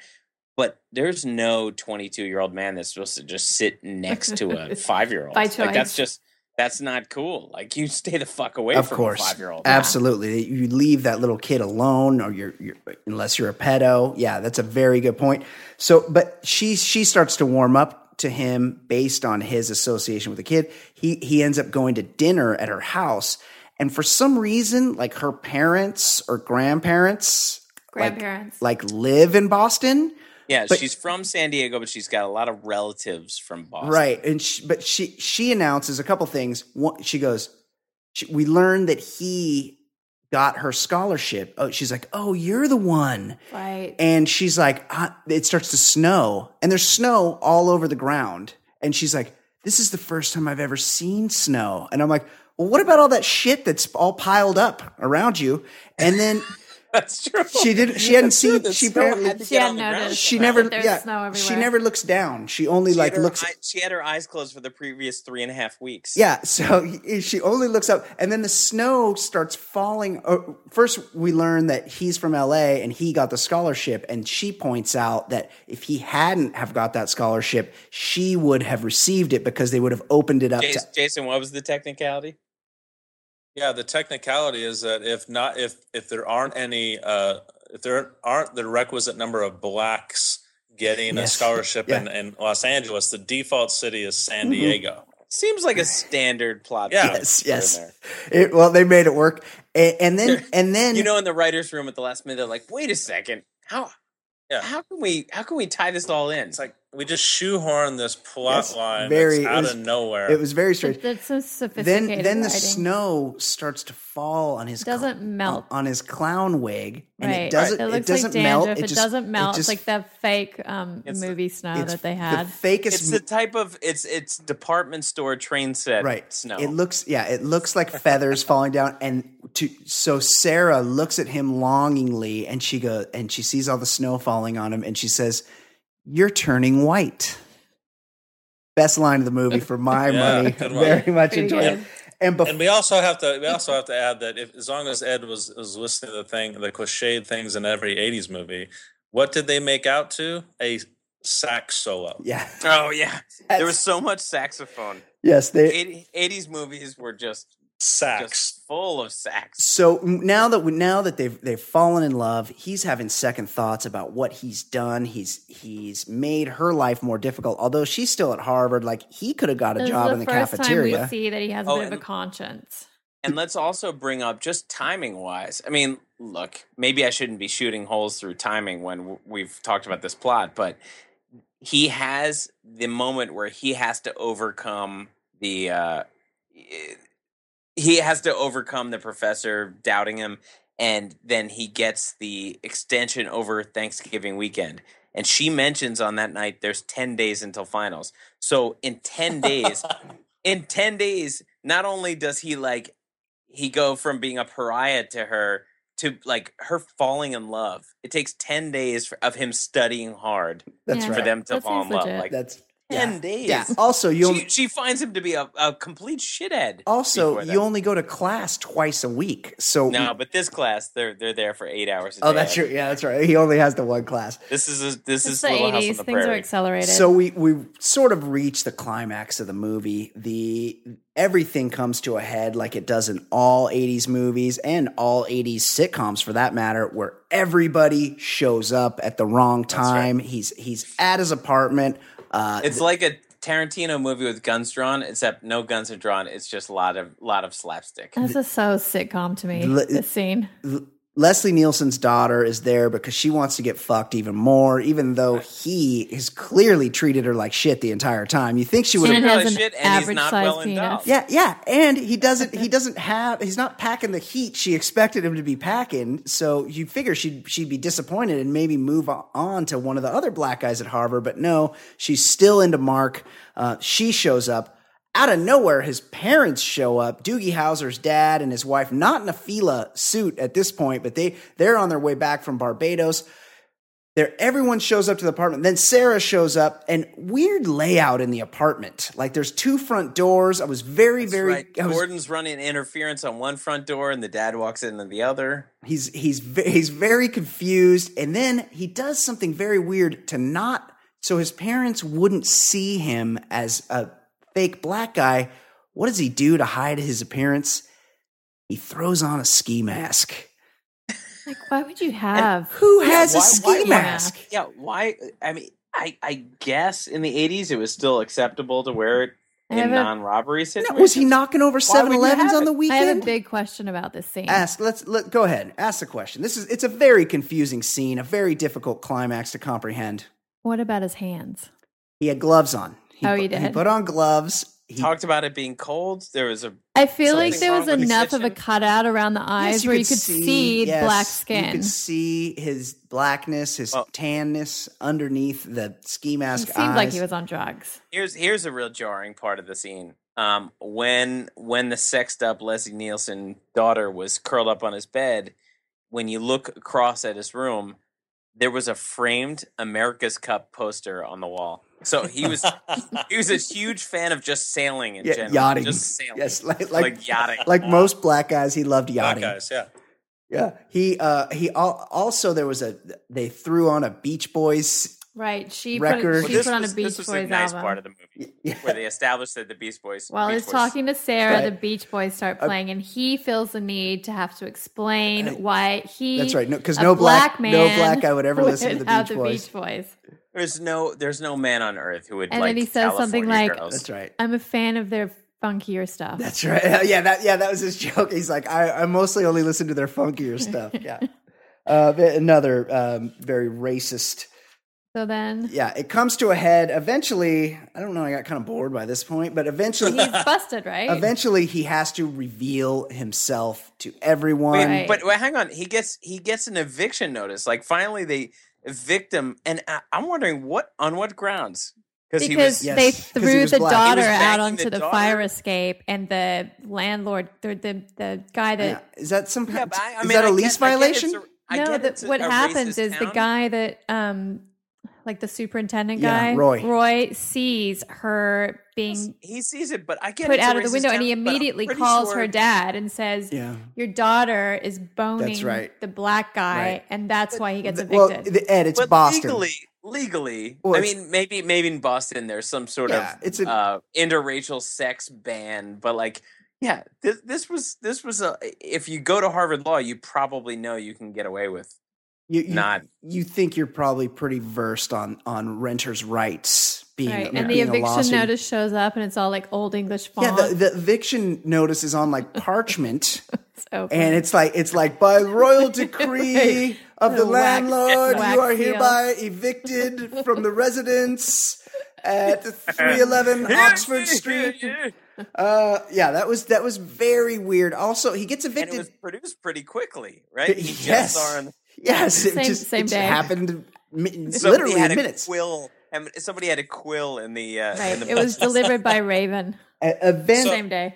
S5: But there's no 22 year old man that's supposed to just sit next to a five year old.
S4: By
S5: Like that's
S4: choice.
S5: just that's not cool. Like you stay the fuck away
S1: Of
S5: from
S1: course.
S5: a five year old.
S1: Absolutely. You leave that little kid alone or you're, you're unless you're a pedo. Yeah, that's a very good point. So but she she starts to warm up to him based on his association with the kid. He he ends up going to dinner at her house. And for some reason, like her parents or grandparents, like-
S4: Grandparents.
S1: like live in Boston.
S5: Yeah,
S1: But-
S5: she's from San Diego, but she's got a lot of relatives from Boston.
S1: Right. And she, but she she announces a couple things. One, she goes, she, we learned that he got her scholarship. Oh, she's like, oh, you're the one.
S4: right.
S1: And she's like, ah, it starts to snow, and there's snow all over the ground. And she's like, this is the first time I've ever seen snow. And I'm like, well, what about all that shit that's all piled up around you? And then
S5: That's true.
S1: she didn't. She hadn't seen.
S5: The
S1: She
S5: snow
S1: apparently.
S5: had to
S4: She
S5: get
S4: had
S5: on the
S4: noticed.
S5: ground
S1: She
S5: somehow.
S1: never.
S4: There's
S1: Yeah.
S4: snow everywhere.
S1: She never looks down. She only
S5: She
S1: like
S5: had her
S1: looks.
S5: eye- she had her eyes closed for the previous three and a half weeks.
S1: Yeah, so he- she only looks up, and then the snow starts falling. Uh, First, we learn that he's from LA and he got the scholarship, and she points out that if he hadn't have got that scholarship, she would have received it because they would have opened it up.
S5: Jas-
S1: To,
S5: Jason, what was the technicality?
S3: Yeah, the technicality is that if not, if if there aren't any uh, if there aren't the requisite number of blacks getting
S1: Yes.
S3: a scholarship
S1: Yeah.
S3: in, in Los Angeles, the default city is San
S1: Mhm.
S3: Diego.
S5: Seems like a standard plot.
S3: Yeah.
S1: Yes,
S5: device
S1: yes.
S5: in there.
S1: It, well, they made it work, and, and then and then
S5: You know, in the writers' room at the last minute, they're like, "Wait a second, how?
S3: Yeah.
S5: How can we? How can we tie this all in?"
S3: It's like we just shoehorn this plot
S1: Yes,
S3: line
S1: very-
S3: that's
S1: it
S3: out
S1: was-
S3: of nowhere.
S1: it was very strange.
S4: It- That's a
S1: then
S4: sophisticated.
S1: then the
S4: writing.
S1: snow starts to fall on his cl-
S4: doesn't melt.
S1: on, on his clown wig, and
S4: right.
S1: it doesn't
S4: It looks
S1: it doesn't
S4: like
S1: melt.
S4: dandruff. It,
S1: just-
S4: doesn't melt.
S1: just-
S4: it's like that fake um,
S5: It's-
S4: movie snow
S1: it's
S4: that they had.
S1: the fakest.
S5: it's the type of it's it's department store train set
S1: right
S5: snow.
S1: it looks yeah it looks like feathers falling down and to so sarah looks at him longingly and she goes and she sees all the snow falling on him and she says you're turning white best line of the movie for my
S3: Yeah,
S1: money
S3: good one.
S1: very much
S4: Pretty
S1: enjoyed
S4: good.
S1: it and before
S3: and we also have to we also have to add that if as long as Ed was was listening to the thing the cliched things in every '80s movie, what did they make out to a sax solo?
S1: yeah
S5: Oh yeah, there was so much saxophone.
S1: yes they
S5: 80, 80s movies were just
S3: Sax.
S5: just full of sax.
S1: So now that we, now that they've they've fallen in love, he's having second thoughts about what he's done. He's he's made her life more difficult. Although she's still at Harvard, like he could have got a
S4: This is
S1: job in the
S4: first time
S1: cafeteria.
S4: we see that he has a
S5: Oh,
S4: bit of a
S5: and-
S4: conscience.
S5: And let's also bring up just timing wise. I mean, look, maybe I shouldn't be shooting holes through timing when w- we've talked about this plot, but he has the moment where he has to overcome the uh he has to overcome the professor doubting him and then he gets the extension over Thanksgiving weekend. And she mentions on that night there's 10 days until finals. So in 10 days, in 10 days, not only does he like he go from being a pariah to her to like her falling in love. It takes 10 days for, of him studying hard
S1: That's
S4: Yeah.
S1: right.
S5: for them to
S4: That
S5: fall in
S4: seems
S5: love.
S4: legit.
S5: Like
S1: That's
S5: 10
S1: yeah.
S5: days.
S1: Yeah.
S4: Oh,
S1: Also, you
S5: She,
S1: only, Oh,
S5: she finds him to be a, a complete shithead.
S1: also
S5: before
S1: you
S5: that.
S1: only go to class twice a week. So
S5: No, but this class, they're they're there for eight hours. A
S1: oh,
S5: day.
S1: that's true. Yeah, that's right. He only has the one class.
S5: This is a, this
S4: It's
S5: is
S4: the
S5: Little House on
S4: eighties.
S5: the
S4: Things are
S5: Prairie.
S4: accelerated.
S1: So we we sort of reach the climax of the movie. The everything comes to a head like it does in all 80s movies and all 80s sitcoms for that matter where everybody shows up at the wrong time. He's he's at his apartment. Uh
S5: It's like a Tarantino movie with guns drawn, except no guns are drawn. It's just a lot of lot of slapstick.
S4: this is so sitcom to me.
S1: Le-
S4: this scene.
S1: Leslie Nielsen's daughter is there because she wants to get fucked even more even though he has clearly treated her like shit the entire time. You think she would have
S4: And it
S5: Really
S4: has an
S5: shit, and he's
S4: average
S5: not
S4: size
S5: well
S4: penis.
S5: endowed.
S1: Yeah, yeah, and he doesn't. He doesn't have. He's not packing the heat she expected him to be packing. So you figure she'd she'd be disappointed and maybe move o- on to one of the other black guys at Harvard. But no, she's still into Mark. Uh, she shows up out of nowhere. His parents show up. Doogie Howser's dad and his wife, not in a Fila suit at this point, but they they're on their way back from Barbados. There, everyone shows up to the apartment. Then Sarah shows up, and weird layout in the apartment. Like there's two front doors. I was very,
S5: That's
S1: very.
S5: right.
S1: I was-
S5: Gordon's running interference on one front door, and the dad walks in on the other.
S1: he's he's ve- he's very confused, and then he does something very weird to not so his parents wouldn't see him as a fake black guy. What does he do to hide his appearance? He throws on a ski mask.
S4: Like, why would you
S1: And
S4: have?
S1: who has a
S5: Why-
S1: ski
S5: why- why-
S1: mask?
S5: Yeah, why? I mean, I I guess in the '80s it was still acceptable to wear it
S4: I
S5: in
S4: have a-
S5: non-robbery
S1: No,
S5: situations.
S1: was he knocking over
S5: Why would
S1: 7
S5: you
S1: Elevens
S5: have
S1: on
S5: it?
S1: the
S4: I have a
S1: weekend?
S4: big question about this scene.
S1: Ask. Let's let go ahead. Ask the question. This is it's a very confusing scene, a very difficult climax to comprehend.
S4: What about his hands?
S1: He had gloves on. He
S4: Oh,
S1: pu-
S4: he
S1: He
S4: did?
S1: put on gloves. He,
S5: talked about it being cold? There was a
S4: I feel
S5: Something
S4: like there was
S5: wrong with the
S4: enough of a
S5: kitchen?
S4: cutout around the eyes
S1: Yes,
S4: where you could see,
S1: yes,
S4: black
S1: You
S4: skin.
S1: could see his blackness, his
S5: Oh.
S1: tanness underneath the ski
S4: he
S1: mask.
S4: seemed
S1: eyes.
S4: like he was on drugs.
S5: here's here's a real jarring part of the scene. Um, when when the sexed up Leslie Nielsen daughter was curled up on his bed, when you look across at his room, there was a framed America's Cup poster on the wall. So he was he was a huge fan of just sailing in
S1: Yeah,
S5: general,
S1: yachting.
S5: just sailing,
S1: Yes, like like,
S5: like, uh, yachting.
S1: like most black guys, he loved
S3: Black
S1: yachting.
S3: guys, yeah.
S1: Yeah, he uh he al- also there was a they threw on a Beach Boys
S4: Right. She
S1: Record.
S4: put, she
S5: this
S4: put on a
S5: was,
S4: Beach
S5: this was
S4: Boys
S5: a nice
S4: album.
S5: part of the movie
S1: Yeah.
S5: where they established that the Beach Boys.
S4: While
S5: Beach
S4: he's
S5: Boys-
S4: talking to Sarah,
S1: Right. Uh,
S4: the Beach Boys start playing, and he feels the need to have to explain
S1: Right.
S4: why he.
S1: That's right. No, because
S4: a
S1: no black,
S4: man,
S1: no black guy would ever listen to the
S4: without
S1: Beach Boys.
S4: Beach Boys.
S5: There's no, there's no man on earth who would.
S4: And then
S5: like
S4: he says something
S5: California
S4: like-
S5: girls.
S1: That's right.
S4: I'm a fan of their funkier stuff.
S1: That's right. Yeah, that yeah, that was his joke. He's like, I, I mostly only listen to their funkier stuff. Yeah. Uh, another um, very racist
S4: so then
S1: yeah, it comes to a head eventually. I don't know. I got kind of bored by this point, but eventually,
S4: he's busted, right?
S1: eventually, he has to reveal himself to everyone.
S4: Right.
S5: But wait, hang on, he gets he gets an eviction notice. Like finally they evict him, and I, I'm wondering what on what grounds? Because he
S4: because
S5: was
S1: yes,
S4: they
S1: 'cause he
S4: threw
S1: was
S4: the
S1: black. He was
S4: daughter out
S5: banging
S4: onto
S5: the
S4: the,
S5: daughter.
S4: fire escape, and the landlord, the the, the guy that
S1: Yeah. Is that some?
S5: Yeah, but I- I
S1: is
S5: mean,
S1: that a
S5: I get-
S1: lease
S5: I get it's
S1: violation?
S5: a- I
S4: no,
S5: get
S4: the,
S5: it's a-
S4: what
S5: a
S4: happens
S5: racist
S4: is the
S5: town.
S4: guy that, um, like the superintendent guy,
S1: Yeah, Roy.
S4: sees her being
S5: He sees it, but I get
S4: put
S5: it's a
S4: out of the
S5: racist
S4: window, and
S5: town,
S4: he
S5: but I'm
S4: immediately
S5: pretty
S4: calls
S5: sure-
S4: her dad and says,
S1: yeah.
S4: "Your daughter is boning
S1: right.
S4: the black guy,
S1: Right.
S4: and that's why he gets evicted."
S1: Well, the, Ed, it's
S5: but
S1: Boston.
S5: legally. Legally,
S1: Well,
S5: I
S1: it's-
S5: mean, maybe maybe in Boston there's some sort
S1: Yeah,
S5: of
S1: it's a-
S5: uh, interracial sex ban, but like, yeah, this this was this was a. If you go to Harvard Law, you probably know you can get away with
S1: you, you,
S5: not
S1: you think you're probably pretty versed on on renters' rights being
S4: right,
S1: yeah,
S4: and the
S1: being a
S4: eviction
S1: lawsuit.
S4: notice shows up, and it's all like old English
S1: Yeah,
S4: font.
S1: the, the eviction notice is on like parchment.
S4: so
S1: and it's like it's like by royal decree of the
S4: The wax-
S1: landlord
S4: wax
S1: you are
S4: seal.
S1: hereby evicted from the residence at 311 oxford street uh yeah that was that was very weird also he gets
S5: and it
S1: evicted
S5: was produced pretty quickly, right? You
S1: Yes.
S5: just saw in
S1: yes it
S4: Same-
S1: just,
S4: same
S1: it just
S4: day.
S1: happened mi-
S5: somebody
S1: literally
S5: had
S1: in
S5: a
S1: minutes
S5: Quill, and somebody had a quill in the. Uh, in
S4: right,
S5: the
S4: it was
S5: bushes.
S4: delivered by Raven
S1: A- E, event
S4: same day.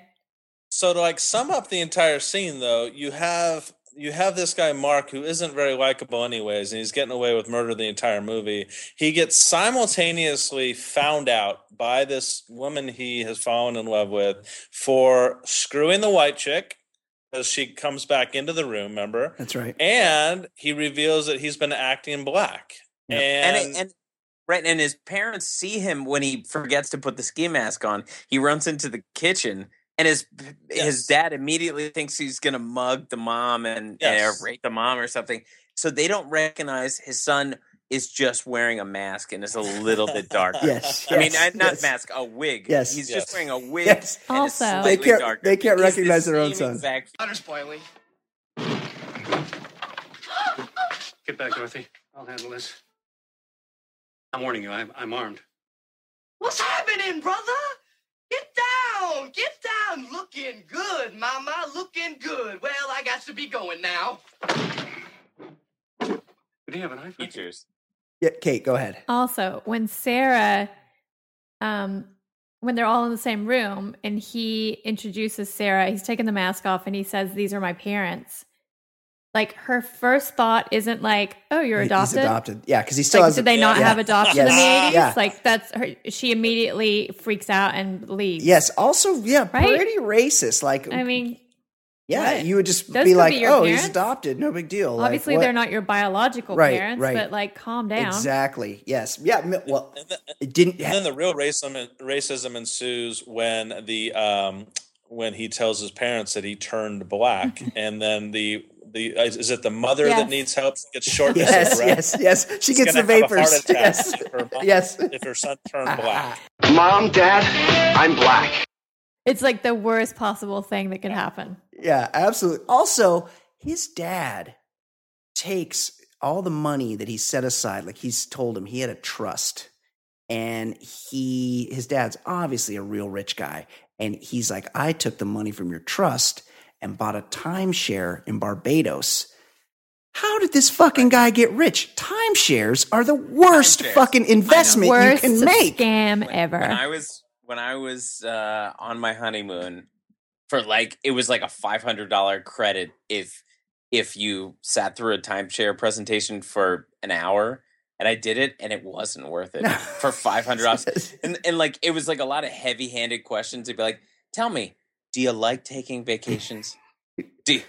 S3: So to like sum up the entire scene though, you have you have this guy Mark who isn't very likable anyways, and he's getting away with murder the entire movie. He gets simultaneously found out by this woman he has fallen in love with for screwing the white chick as she comes back into the room, remember?
S1: that's right
S3: And he reveals that he's been acting black.
S1: Yeah.
S3: And,
S5: and, it- and right, and his parents see him when he forgets to put the ski mask on. He runs into the kitchen, and his
S3: Yes.
S5: his dad immediately thinks he's gonna mug the mom and
S3: Yes.
S5: or rape the mom or something. So they don't recognize his son is just wearing a mask and is a little bit darker.
S1: yes,
S5: I mean,
S1: yes,
S5: I- not
S1: yes.
S5: mask, a wig.
S1: Yes.
S5: he's
S3: Yes.
S5: just wearing a wig.
S1: Yes.
S5: and it's
S4: Also- They
S5: slightly
S1: can't-
S5: darker.
S1: they can't
S5: He's the
S1: recognize their own
S5: same
S1: son.
S5: exact-
S9: Water's boiling. Get back, Dorothy. I'll handle this. I'm warning you, I'm, I'm armed.
S2: What's happening, brother? Get down, get down. Looking good, mama, looking good. Well, I got to be going now.
S9: Do you have a knife?
S5: features.
S1: yeah kate go ahead
S4: Also, when Sarah, um, when they're all in the same room and he introduces Sarah, he's taking the mask off and he says, These are my parents. Like her first thought isn't like, Oh, you're
S1: He-
S4: adopted.
S1: he's adopted yeah because he still
S4: Like,
S1: has
S4: did they not
S1: yeah.
S4: have adoption in the
S1: Yes.
S4: 80s?
S1: Yeah.
S4: Like, that's her. She immediately freaks out and leaves.
S1: yes also yeah
S4: Right?
S1: pretty racist like
S4: I mean,
S1: Yeah,
S4: What?
S1: you would just
S4: Those
S1: be
S4: could
S1: like,
S4: be your
S1: "Oh, he's
S4: parents.
S1: adopted. No big deal." Like,
S4: obviously
S1: what-
S4: they're not your biological
S1: Right,
S4: parents,
S1: right.
S4: but like, calm down.
S1: Exactly. Yes. Yeah. m- Well,
S3: and the-
S1: it didn't.
S3: And
S1: Ha-
S3: then the real racism racism ensues when the um, when he tells his parents that he turned black, and then the the is it the mother
S4: Yes.
S3: that needs help She gets shortness
S1: yes.
S3: of breath?
S1: Yes. Yes. She
S3: She's
S1: gets the
S3: gonna have a heart
S1: vapors.
S3: attack
S1: Yes.
S3: If her, mom-
S1: Yes. Ah,
S3: if her son turned black.
S6: Mom, Dad, I'm black.
S4: It's like the worst possible thing that could happen.
S1: Yeah. Absolutely. Also, his dad takes all the money that he set aside. Like he's told him he had a trust, and he his dad's obviously a real rich guy, and he's like, "I took the money from your trust and bought a timeshare in Barbados." How did this fucking guy get rich? Timeshares are the worst
S5: Timeshares.
S1: fucking investment you
S4: Worst
S1: can make.
S4: scam ever.
S5: when I was when I was uh, on my honeymoon for like it was like a five hundred dollar credit if if you sat through a timeshare presentation for an hour and I did it and it wasn't worth it for five hundred dollars and and like it was like a lot of heavy handed questions. It'd be like, tell me, do you like taking vacations? do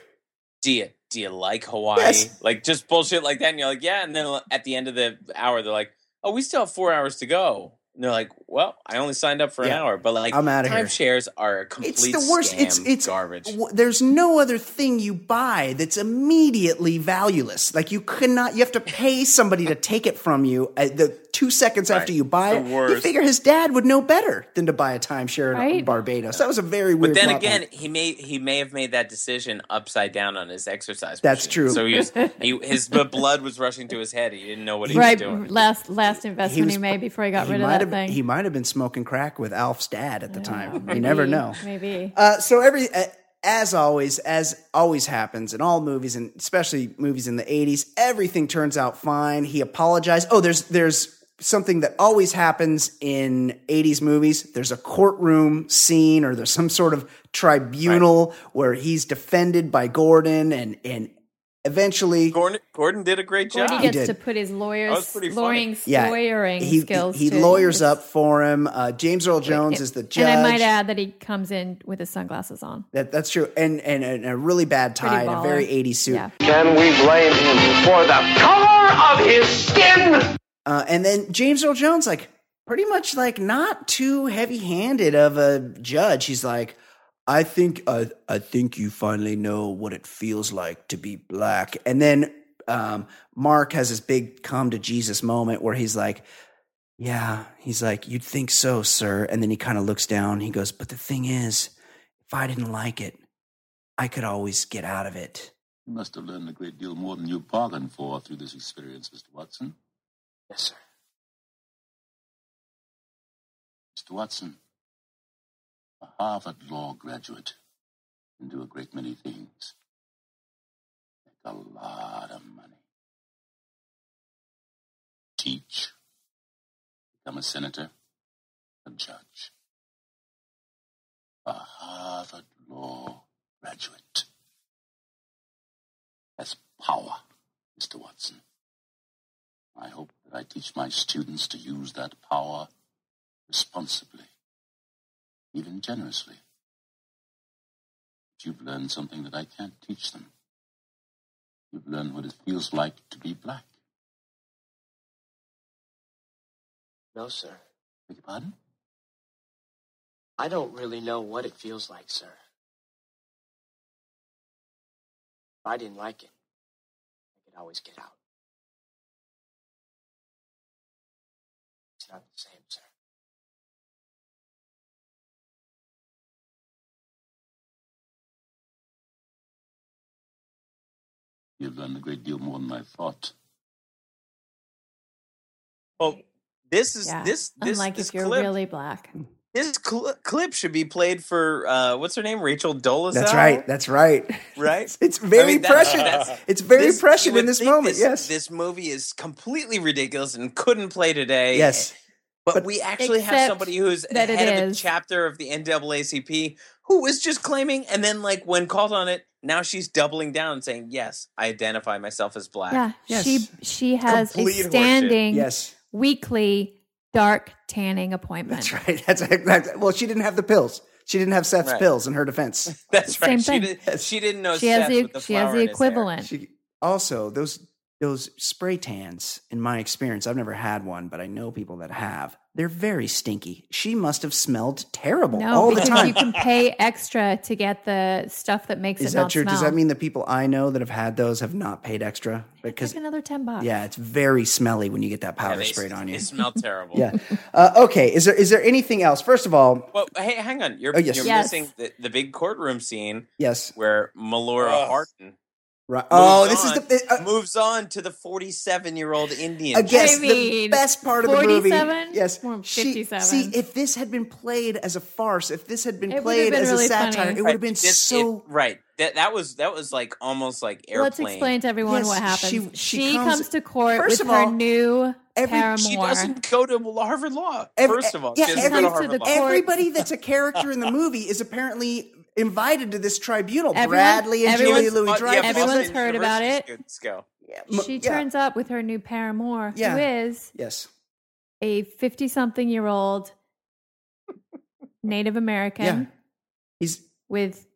S5: do you do you like Hawaii?
S1: Yes.
S5: Like just bullshit like that. And you're like, yeah. And then at the end of the hour, they're like, oh, we still have four hours to go. And they're like, well, I only signed up for an
S1: Yeah.
S5: hour, but like,
S1: I'm outta here.
S5: Timeshares are a complete
S1: It's the worst.
S5: Scam,
S1: it's it's
S5: garbage.
S1: w- there's no other thing you buy that's immediately valueless. Like you cannot. You have to pay somebody to take it from you. At the two seconds after
S5: Right.
S1: you buy
S5: The
S1: it, you
S5: worst.
S1: figure his dad would know better than to buy a timeshare in
S4: Right?
S1: Barbados. That was a very
S5: But
S1: weird.
S5: then
S1: plot
S5: again,
S1: line.
S5: he may he may have made that decision upside down on his exercise.
S1: That's
S5: machine.
S1: true.
S5: So he was, he, his the blood was rushing to his head. He didn't know what he
S4: right
S5: was doing.
S4: last last investment he,
S1: was-
S4: made before he got
S1: he
S4: rid of
S1: might
S4: that
S1: have
S4: thing.
S1: he might have been smoking crack with Alf's dad at the time. You never
S4: Maybe,
S1: know.
S4: Maybe.
S1: Uh, so every uh, as always, as always happens in all movies, and especially movies in the '80s, everything turns out fine. He apologized. Oh, there's there's something that always happens in '80s movies. There's a courtroom scene, or there's some sort of tribunal where he's defended by Gordon, and and eventually
S5: Gordon, Gordon did a great job.
S4: Gordy
S1: he
S4: gets
S1: did.
S4: to put his
S5: That was
S4: lawyers
S5: pretty funny.
S4: lawyering,
S1: Yeah,
S4: lawyering
S1: he
S4: skills.
S1: he
S4: to-
S1: lawyers up for him. Uh, James Earl Jones
S4: It-
S1: is the judge.
S4: And I might add that he comes in with his sunglasses on.
S1: that that's true, and and, and a really bad tie,
S4: Pretty
S1: and a very
S4: baller.
S1: '80s suit.
S4: Yeah.
S6: Can we blame him for the color of his skin?
S1: Uh, and then James Earl Jones, like, pretty much like not too heavy handed of a judge. He's like, I think, uh, I think you finally know what it feels like to be black. And then um, Mark has his big come to Jesus moment where he's like, Yeah, he's like, you'd think so, sir. And then he kind of looks down. He goes, But the thing is, if I didn't like it, I could always get out of it.
S8: You must have learned a great deal more than you bargained for through this experience, Mr. Watson.
S5: Yes, sir.
S8: Mr. Watson, a Harvard Law graduate can do a great many things. Make a lot of money. Teach. Become a senator. A judge. A Harvard Law graduate. That's power, Mr. Watson. I hope that I teach my students to use that power responsibly, even generously. But you've learned something that I can't teach them. You've learned what it feels like to be black.
S10: No, sir.
S8: Beg your pardon?
S10: I don't really know what it feels like, sir. If I didn't like it, I could always get out. It's not the same, sir.
S8: You've learned a great deal more than I thought.
S5: Well, this is
S4: Yeah.
S5: this this
S4: Unlike
S5: this
S4: if you're
S5: clip,
S4: really black.
S5: this cl- clip should be played for uh, what's her name, Rachel Dolezal.
S1: That's right. That's right.
S5: Right.
S1: It's very
S5: mean, that's-
S1: prescient.
S5: that's-
S1: it's very
S5: This- you
S1: prescient
S5: would
S1: in this
S5: think
S1: moment.
S5: this-
S1: yes.
S5: this movie is completely ridiculous and couldn't play today.
S1: yes.
S5: But,
S1: But-
S5: we actually have
S4: Except
S5: somebody who's
S4: that it
S5: head of a
S4: is.
S5: chapter of the NAACP who was just claiming, and then like when called on it, now she's doubling down and saying, "Yes, I identify myself as black."
S4: Yeah.
S1: Yes.
S4: She she has
S5: Complete
S4: a
S5: horseshit.
S4: standing
S1: Yes.
S4: weekly dark tanning appointment.
S1: That's right. That's exactly. Well, she didn't have the pills. She didn't have Seth's
S5: Right.
S1: pills in her defense.
S5: That's right.
S4: Same
S5: She, did, she didn't know
S4: She has
S5: Seth
S4: the,
S5: with the
S4: she has
S5: flower
S4: the
S5: in his hair.
S4: equivalent.
S1: She also those those spray tans. In my experience, I've never had one, but I know people that have. They're very stinky. She must have smelled terrible
S4: No,
S1: all the
S4: because
S1: time.
S4: you can pay extra to get the stuff that makes
S1: Is
S4: it
S1: that
S4: not
S1: true?
S4: smell.
S1: Does that mean the people I know that have had those have not paid extra because?
S4: like another ten bucks?
S1: Yeah, it's very smelly when you get that
S5: Yeah,
S1: powder
S5: they,
S1: sprayed on you.
S5: It smelled terrible.
S1: Yeah. Uh, okay. Is there is there anything else? First of all,
S5: Well, hey, hang on. You're,
S1: Oh, yes.
S5: you're
S4: Yes.
S5: missing the, the big courtroom scene
S1: yes.
S5: where Melora
S3: Ugh.
S5: Hardin
S1: Right. Oh,
S5: moves
S1: this
S5: on-
S1: is the uh,
S5: moves on to the 47 year old Indian.
S1: again
S4: I
S1: the
S4: mean,
S1: best part of the movie.
S4: 47?
S1: Yes,
S4: Or
S1: She-
S4: 57.
S1: see, if this had been played as a farce, if this had been
S4: It would've
S1: played
S4: been
S1: as a
S4: really
S1: satire,
S4: funny.
S1: it would
S5: Right,
S1: have been
S5: this-
S1: so.
S5: it- right. That that was that was like almost like airplane.
S4: Let's explain to everyone
S1: Yes,
S4: what happens.
S1: she-
S4: She,
S1: she comes-
S4: comes, to court
S1: First
S4: with
S1: of
S4: her
S1: all,
S4: new
S1: every- she
S4: paramour.
S5: She doesn't go to Harvard Law.
S1: Every-
S5: first of all,
S1: yeah,
S5: she doesn't go
S1: every-
S4: Comes to
S5: to Harvard
S4: the
S5: Law.
S4: court-
S1: Everybody that's a character in the movie is apparently invited to this tribunal.
S4: Everyone-
S1: Bradley and
S4: everyone's-
S1: Julia Louis
S5: Yeah,
S1: Dreyfus.
S4: everyone's
S5: Boston
S4: heard about
S5: University
S4: it.
S5: students go.
S4: she turns up with her new paramour,
S1: Yeah.
S4: who is
S1: Yes.
S4: a 50 something year old Native American
S1: Yeah. He's
S4: with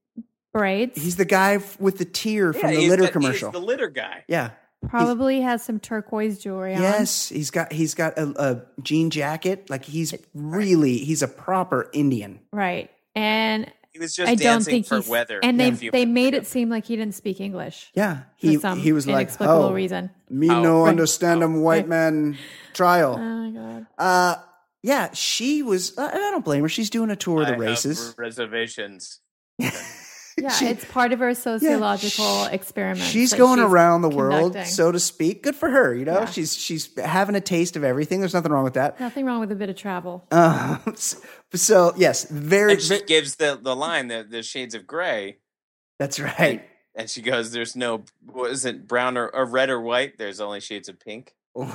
S4: braids.
S1: he's the guy f- with the tear from
S5: Yeah,
S1: the
S5: he's
S1: litter
S5: he's
S1: commercial.
S5: the litter guy.
S1: yeah.
S4: Probably has some turquoise jewelry on.
S1: Yes, he's got he's got a, a jean jacket. Like he's really he's a proper Indian.
S4: Right. And
S5: He was just
S4: I don't
S5: dancing
S4: think
S5: for
S4: he's,
S5: weather
S4: And they
S5: a few
S4: they made it seem like he didn't speak English.
S1: Yeah,
S4: for
S1: he
S4: some
S1: he was like,
S4: inexplicable
S1: oh,
S4: reason.
S1: me
S5: Oh,
S1: no
S5: right.
S1: understand him white man trial.
S4: Oh my god.
S1: Uh, yeah, she was. Uh, and I don't blame her. She's doing a tour of
S5: I
S1: the
S5: have
S1: races.
S5: reservations.
S4: Yeah, it's part of her sociological experiment.
S1: She's
S4: that
S1: going around the world,
S4: conducting.
S1: so to speak. Good for her. You know,
S4: Yeah.
S1: she's she's having a taste of everything. There's nothing wrong with that.
S4: Nothing wrong with a bit of travel.
S1: Uh, so yes, very.
S5: And she gives the, the line the, the shades of gray,
S1: that's right.
S5: and she goes, "There's no what is it brown or, or red or white? There's only shades of pink."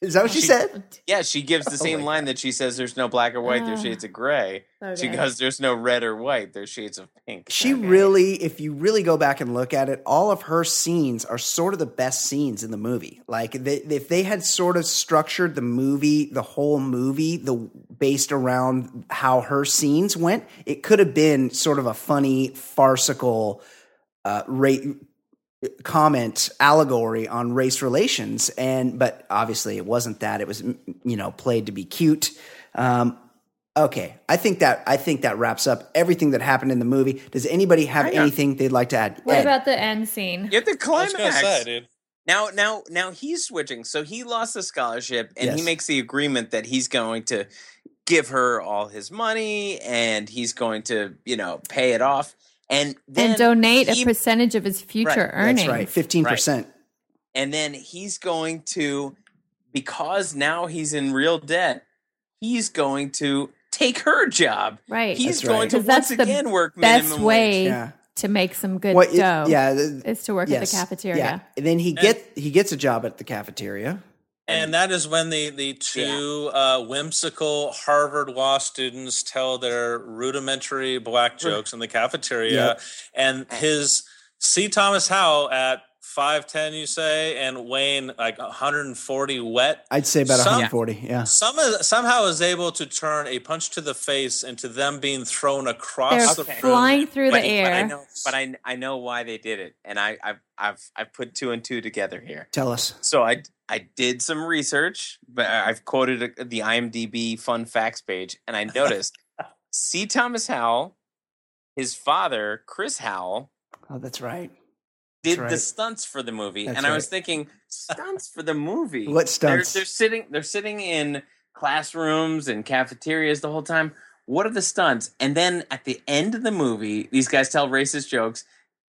S1: Is that what she,
S5: She-
S1: said?
S5: Yeah, she gives the same line that she says, "There's no black or white. there's
S4: Ah.
S5: shades of gray." She
S4: Okay.
S5: goes, "There's no red or white. There's shades of pink."
S1: She really, if you really go back and look at it, all of her scenes are sort of the best scenes in the movie. Like they, if they had sort of structured the movie, the whole movie, the based around how her scenes went, it could have been sort of a funny, farcical, uh, rate comment allegory on race relations and but obviously it wasn't that it was m- you know played to be cute um okay i think that i think that wraps up everything that happened in the movie does anybody have
S5: Hang on.
S1: anything they'd like to add
S4: What
S1: Ed,
S4: about the end scene?
S5: Get the
S3: I was
S5: climax.
S3: gonna say, dude.
S5: Now, now, now he's switching. So he lost the scholarship, and
S1: Yes.
S5: he makes the agreement that he's going to give her all his money, and he's going to, you know, pay it off, and then
S4: and donate
S5: he-
S4: a percentage of his future
S5: Right,
S4: earnings.
S1: that's right 15%
S5: and then he's going to, because now he's in real debt, he's going to take her job.
S4: Right.
S5: He's
S1: That's
S5: going
S1: right.
S5: to
S4: 'Cause that's
S5: once
S4: the
S5: again work
S4: Best
S5: minimum
S4: way
S5: wage.
S1: yeah
S4: to make some good
S1: What it-
S4: dough
S1: yeah th-
S4: is to work
S1: yes,
S4: at the cafeteria.
S1: yeah and then he get he gets a job at the cafeteria
S3: And that is when the the two uh, whimsical Harvard law students tell their rudimentary black jokes in the cafeteria,
S1: Yep.
S3: and his C. Thomas Howell at five ten, you say, and Wayne like 140 wet.
S1: i'd say about
S3: Some-
S1: 140 yeah
S3: Some somehow is able to turn a punch to the face into them being thrown
S4: They're
S3: across the room.
S4: flying through the
S5: But, but I
S4: air.
S5: know, but I, I know why they did it, and I, I've, I've, I've put two and two together here.
S1: tell us
S5: So I I did some research, but I- I've quoted a- the IMDb fun facts page, and I noticed C. Thomas Howell, his father Chris Howell,
S1: oh that's right
S5: did
S1: right.
S5: the stunts for the movie,
S1: That's
S5: and I was
S1: right.
S5: thinking stunts for the movie.
S1: What stunts?
S5: They're, they're sitting they're sitting in classrooms and cafeterias the whole time. What are the stunts? And then at the end of the movie, these guys tell racist jokes.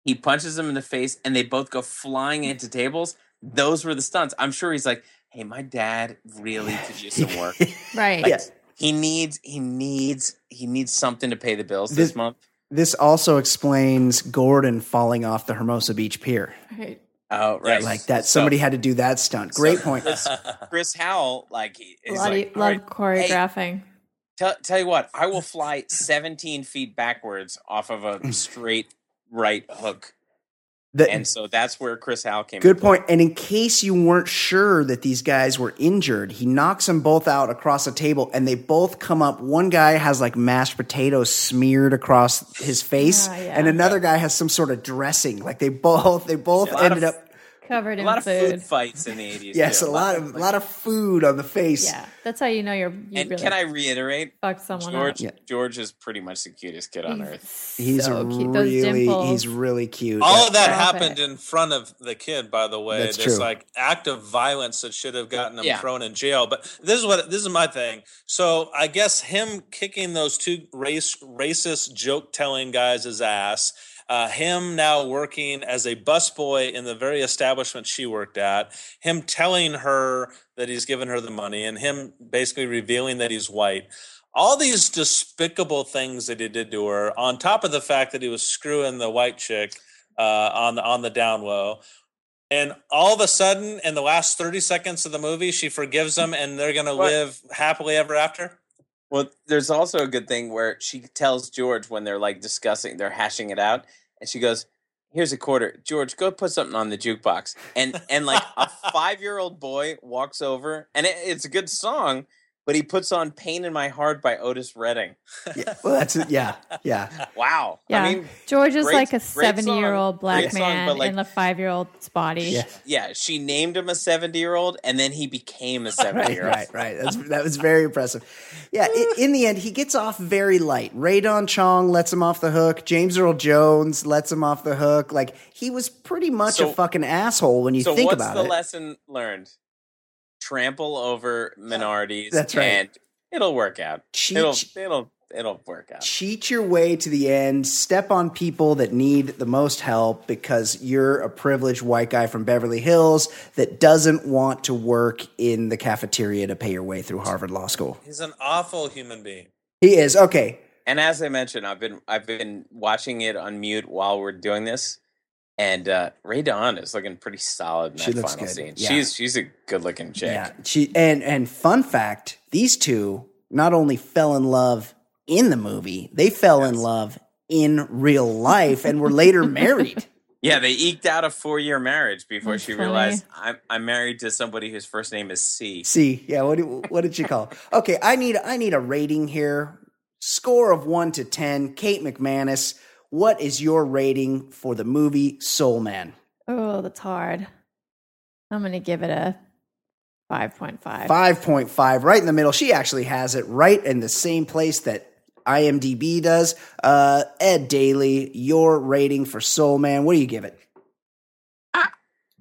S5: He punches them in the face, and they both go flying
S1: Mm.
S5: into tables. Those were the stunts. I'm sure he's like, "Hey, my dad really could use some work.
S4: Right.
S1: yes
S5: He needs he needs he needs something to pay the bills
S1: This-
S5: this month."
S1: This also explains Gordon falling off the Hermosa Beach pier.
S4: Right.
S5: Oh, right,
S1: Like that,
S5: So-
S1: somebody had to do that stunt. Great point.
S5: Chris Howell, like, he-
S4: A
S5: is
S4: lot
S5: like,
S4: of
S5: "All
S4: love
S5: right,
S4: choreographing.
S5: tell, tell you what, I will fly 17 feet backwards off of
S1: Mm.
S5: a straight right hook.
S1: The-
S5: And so that's where Chris Howell came
S1: good
S5: in.
S1: point. And in case you weren't sure that these guys were injured, he knocks them both out across a table, and they both come up. One guy has like mashed potatoes smeared across his face,
S4: Ah, yeah.
S1: and another guy has some sort of dressing. Like they both, they both
S5: A lot
S1: ended
S5: of-
S1: up.
S4: Covered
S5: A
S4: in
S5: lot of
S4: food.
S5: food fights in the 80s.
S1: Yes,
S5: too.
S1: a lot of a lot of food on the face.
S4: Yeah. That's how you know you're you
S5: And
S4: really
S5: can I reiterate?
S4: fucked someone
S5: George,
S4: up.
S1: Yeah.
S5: George is pretty much the cutest kid on earth.
S1: He's
S4: so cute. Those
S1: really,
S4: dimples.
S1: he's really cute.
S3: All of that
S4: Stop
S3: happened
S4: it.
S3: in front of the kid, by the way.
S1: That's
S3: this
S1: true.
S3: like act of violence that should have gotten him
S5: Yeah.
S3: thrown in jail. But this is what this is my thing. So I guess him kicking those two race racist joke telling guys' his ass. Uh, him now working as a busboy in the very establishment she worked at. Him telling her that he's given her the money, and him basically revealing that he's white all these despicable things that he did to her, on top of the fact that he was screwing the white chick uh, on the on the down low, and all of a sudden, in the last thirty seconds of the movie, she forgives him, and they're going to
S5: What?
S3: live happily ever after.
S5: Well, there's also a good thing where she tells George when they're like discussing, they're hashing it out, and she goes, "Here's a quarter, George. Go put something on the jukebox." And and like a five year old boy walks over, and it, it's a good song, but he puts on "Pain in My Heart" by Otis Redding.
S1: yeah, well, that's it. Yeah, yeah.
S5: Wow.
S4: Yeah.
S5: I mean,
S4: George is
S5: great-
S4: like a
S5: great song,
S4: seventy-year-old black
S5: great song,
S4: man
S5: but, like-
S4: in the five-year-old's body.
S5: yeah, she named him a 70 year old and then he became a 70
S1: Right,
S5: year old.
S1: right, right. That's, that was very impressive. Yeah, i in the end, he gets off very light. Radon Chong lets him off the hook. James Earl Jones lets him off the hook. Like he was pretty much
S5: So-
S1: a fucking asshole when you
S5: so,
S1: think
S5: what's
S1: about
S5: the
S1: it.
S5: lesson learned? Trample over minorities.
S1: That's right.
S5: And it'll work out.
S1: Cheat-
S5: It'll, it'll, it'll work out.
S1: Cheat your way to the end. Step on people that need the most help because you're a privileged white guy from Beverly Hills that doesn't want to work in the cafeteria to pay your way through Harvard Law School.
S5: He's an awful human being.
S1: He is okay.
S5: And as I mentioned, I've been I've been watching it on mute while we're doing this, and uh, Ray Dawn is looking pretty solid in that
S1: She looks
S5: final
S1: good,
S5: scene.
S1: yeah.
S5: She's she's a good looking chick.
S1: Yeah. She and and fun fact, these two not only fell in love in the movie, they fell in love in real life and were later married.
S5: Yeah, they eked out a four year marriage before
S4: That's
S5: she
S4: funny.
S5: realized I'm I'm married to somebody whose first name is C.
S1: See, yeah, what do- what did she call? Okay, I need I need a rating here. Score of 1 to 10. Kate McManus, what is your rating for the movie Soul Man?
S4: Oh, that's hard. I'm gonna give it a five point five.
S1: 5.5 right in the middle. She actually has it right in the same place that IMDb does. Uh Ed Daly, your rating for Soul Man, what do you give it?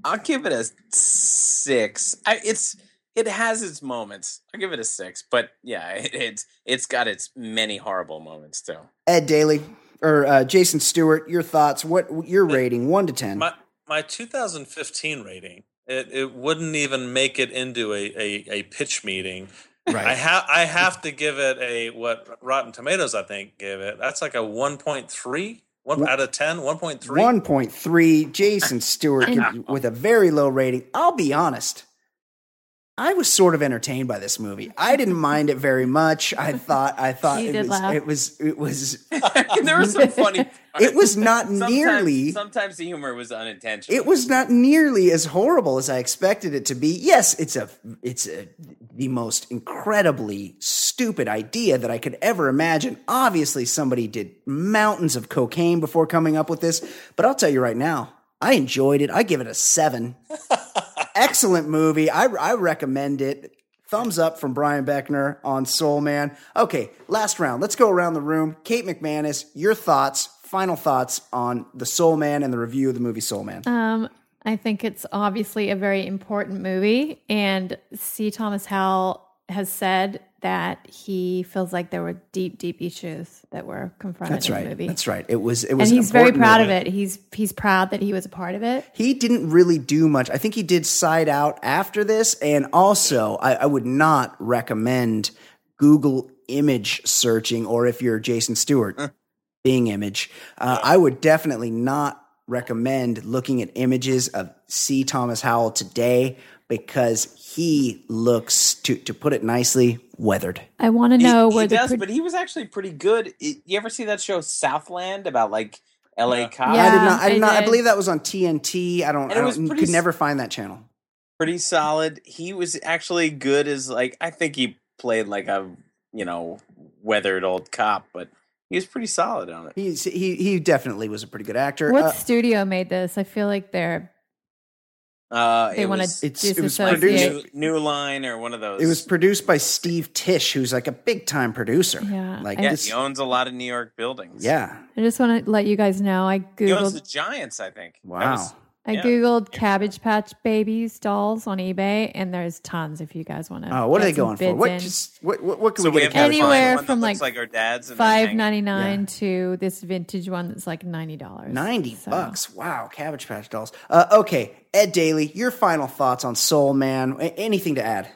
S5: I'll give it a six. I, it's it has its moments. I'll give it a six, but yeah, it, it's it's got its many horrible moments too.
S1: Ed Daly or uh, Jason Stewart, your thoughts? What your rating? One to ten.
S3: My my 2015 rating, it, it wouldn't even make it into a, a, a pitch meeting.
S1: Right.
S3: I have I have to give it a what Rotten Tomatoes I think gave it. That's like a 1.3, one out of 10, 1.3.
S1: One point three. Jason Stewart could- with a very low rating. I'll be honest. I was sort of entertained by this movie. I didn't mind it very much. I thought I thought
S4: You
S1: it
S4: did
S1: was,
S4: laugh.
S1: it was it was
S5: there were some funny.
S1: it was not
S5: Sometimes-
S1: nearly
S5: Sometimes the humor was unintentional.
S1: it was not nearly as horrible as I expected it to be. Yes, it's a it's a, the most incredibly stupid idea that I could ever imagine. Obviously, somebody did mountains of cocaine before coming up with this, but I'll tell you right now, I enjoyed it. I give it a 7. Excellent movie. I I recommend it. Thumbs up from Brian Beckner on Soul Man. Okay, last round. Let's go around the room. Kate McManus, your thoughts, final thoughts on The Soul Man and the review of the movie Soul Man.
S4: Um, I think it's obviously a very important movie, and C. Thomas Howell has said that he feels like there were deep, deep issues that were confronted
S1: That's
S4: in the
S1: right.
S4: movie.
S1: That's right. It was. It
S4: and
S1: was. an
S4: he's very
S1: important
S4: proud of
S1: moment.
S4: it. He's he's proud that he was a part of it.
S1: He didn't really do much. I think he did side out after this, and also I, I would not recommend Google image searching, or if you're Jason Stewart, Bing image. Uh, I would definitely not recommend looking at images of C. Thomas Howell today because he looks, to to put it nicely, weathered.
S4: I want to
S5: He-
S4: know
S5: he,
S4: where the
S5: does,
S4: pro-
S5: but he was actually pretty good. I- You ever see that show Southland about like L.A. cops?
S1: I did
S4: Yeah,
S1: not. I,
S4: I
S1: did not. I
S4: did.
S1: believe that was on TNT. I don't.
S5: And
S1: I
S5: it was
S1: don't,
S5: pretty
S1: could
S5: s-
S1: never find that channel.
S5: Pretty solid. He was actually good as like I think he played like a you know weathered old cop, but he was pretty solid on it.
S1: He's, he he definitely was a pretty good actor.
S4: what
S1: Uh,
S4: studio made this. I feel like they're
S5: Uh,
S4: they
S5: it
S4: want
S5: was
S4: to
S1: It's- it was
S4: disassociate.
S1: produced-
S5: New, New Line or one of those.
S1: It was produced by Steve Tisch, who's like a big time producer.
S4: Yeah,
S1: like
S4: I-
S5: Yeah,
S1: this.
S5: he owns a lot of New York buildings.
S1: yeah,
S4: I just want to let you guys know. I
S5: he owns the
S4: googled
S5: Giants, I think. That
S1: wow.
S5: was-
S4: I
S5: yeah.
S4: googled Cabbage Patch Babies dolls on eBay, and there's tons. If you guys want to,
S1: oh, what are
S4: get
S1: they
S4: some
S1: going for?
S4: bids
S1: What
S4: in.
S1: just what what, what can
S5: So
S1: we
S5: we
S1: get a
S5: have to find
S1: cat for?
S4: Anywhere
S5: one that
S4: from, like,
S5: looks like our dad's and then
S4: five
S5: hang it.
S4: ninety nine
S1: Yeah.
S4: to this vintage one that's like ninety dollars.
S1: Ninety bucks. Wow, Cabbage Patch Dolls. Uh, okay, Ed Daly, your final thoughts on Soul Man? A- anything to add?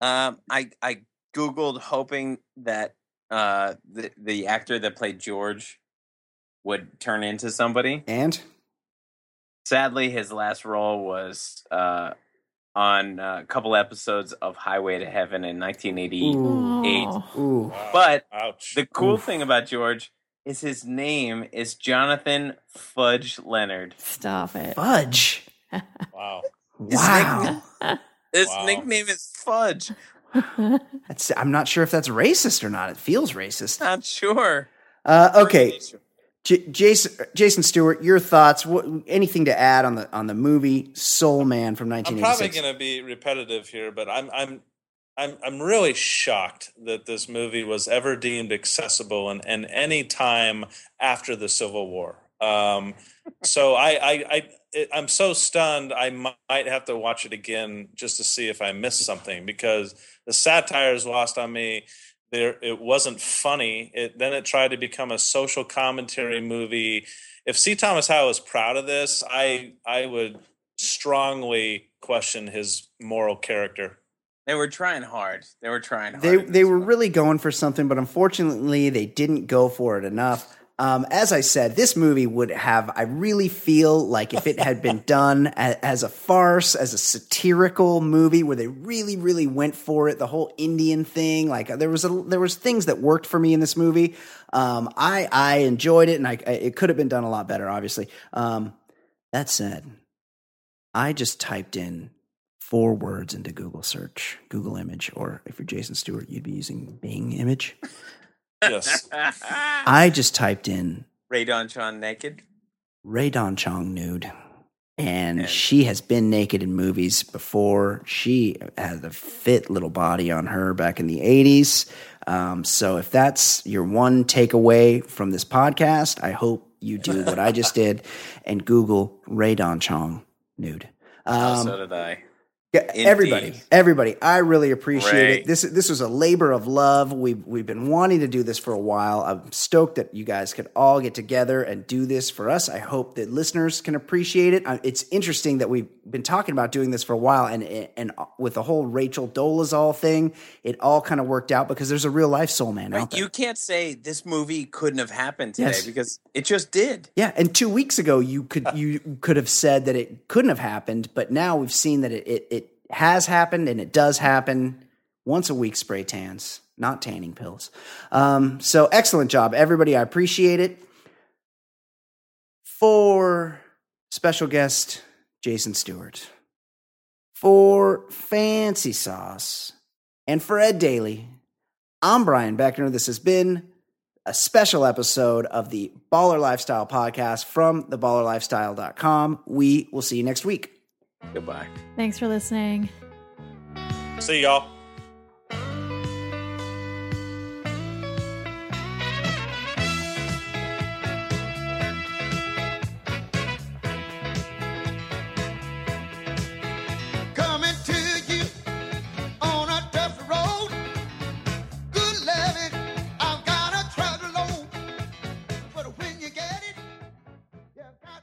S5: Um, I I googled hoping that uh the the actor that played George would turn into somebody.
S1: And
S5: Sadly, his last role was uh on a couple episodes of Highway to Heaven in 1988.
S4: oh,
S1: ooh, ooh,
S3: Wow.
S5: But
S3: ouch.
S5: The cool
S1: Oof.
S5: thing about George is his name is Jonathan Fudge Leonard.
S4: Stop it.
S1: fudge.
S3: wow.
S1: Wow.
S5: His
S4: Wow.
S5: His
S3: Wow.
S5: nickname is Fudge.
S1: That's, I'm not sure if that's racist or not. It feels racist.
S5: Not sure.
S1: Uh, okay, J- Jason Jason Stewart, your thoughts? What, anything to add on the on the movie Soul Man from
S3: I'm probably
S1: 1986?
S3: going to be repetitive here, but I'm I'm I'm I'm really shocked that this movie was ever deemed accessible in, in any time after the Civil War. Um, so I I, I it, I'm so stunned. I mi- might have to watch it again just to see if I missed something because the satire is lost on me. There, it wasn't funny. It then it tried to become a social commentary movie. If C. Thomas Howe is proud of this, I I would strongly question his moral character.
S5: They were trying hard. They were trying hard.
S1: They they were really going for something, but unfortunately, they didn't go for it enough. Um, as I said, this movie would have. I really feel like if it had been done as, as a farce, as a satirical movie, where they really, really went for it, the whole Indian thing. Like uh, there was a, there was things that worked for me in this movie. Um, I I enjoyed it, and I, I- it could have been done a lot better, obviously. Um, that said, I just typed in four words into Google search, Google image, or if you're Jason Stewart, you'd be using Bing image.
S3: Yes.
S1: I just typed in
S5: Radon John naked.
S1: Radon Chong nude. And she has been naked in movies before. She had a fit little body on her back in the 80s. Um, so, if that's your one takeaway from this podcast, I hope you do what I just did and Google Radon Chong nude. Um,
S5: oh, so did I.
S1: Yeah, everybody, everybody. I really appreciate it.
S5: Great.
S1: This this was a labor of love. We've we've been wanting to do this for a while. I'm stoked that you guys could all get together and do this for us. I hope that listeners can appreciate it. Uh, It's interesting that we've been talking about doing this for a while, and and with the whole Rachel Dolezal thing, it all kind of worked out because there's a real life soul man out
S5: But
S1: there.
S5: you can't say this movie couldn't have happened today
S1: Yes.
S5: because it just did.
S1: Yeah, and two weeks ago you could you could have said that it couldn't have happened, but now we've seen that it it, it has happened and it does happen once a week. Spray tans, not tanning pills. Um, so excellent job, everybody. I appreciate it. For special guest Jason Stewart, for Fancy Sauce, and for Ed Daly, I'm Brian Beckner. This has been a special episode of the Baller Lifestyle podcast from theballerlifestyle.com. We will see you next week.
S5: Goodbye.
S4: Thanks for listening.
S3: See y'all.
S2: coming to you on a tough road. Good loving, I've got to travel alone. But when you get it, you've got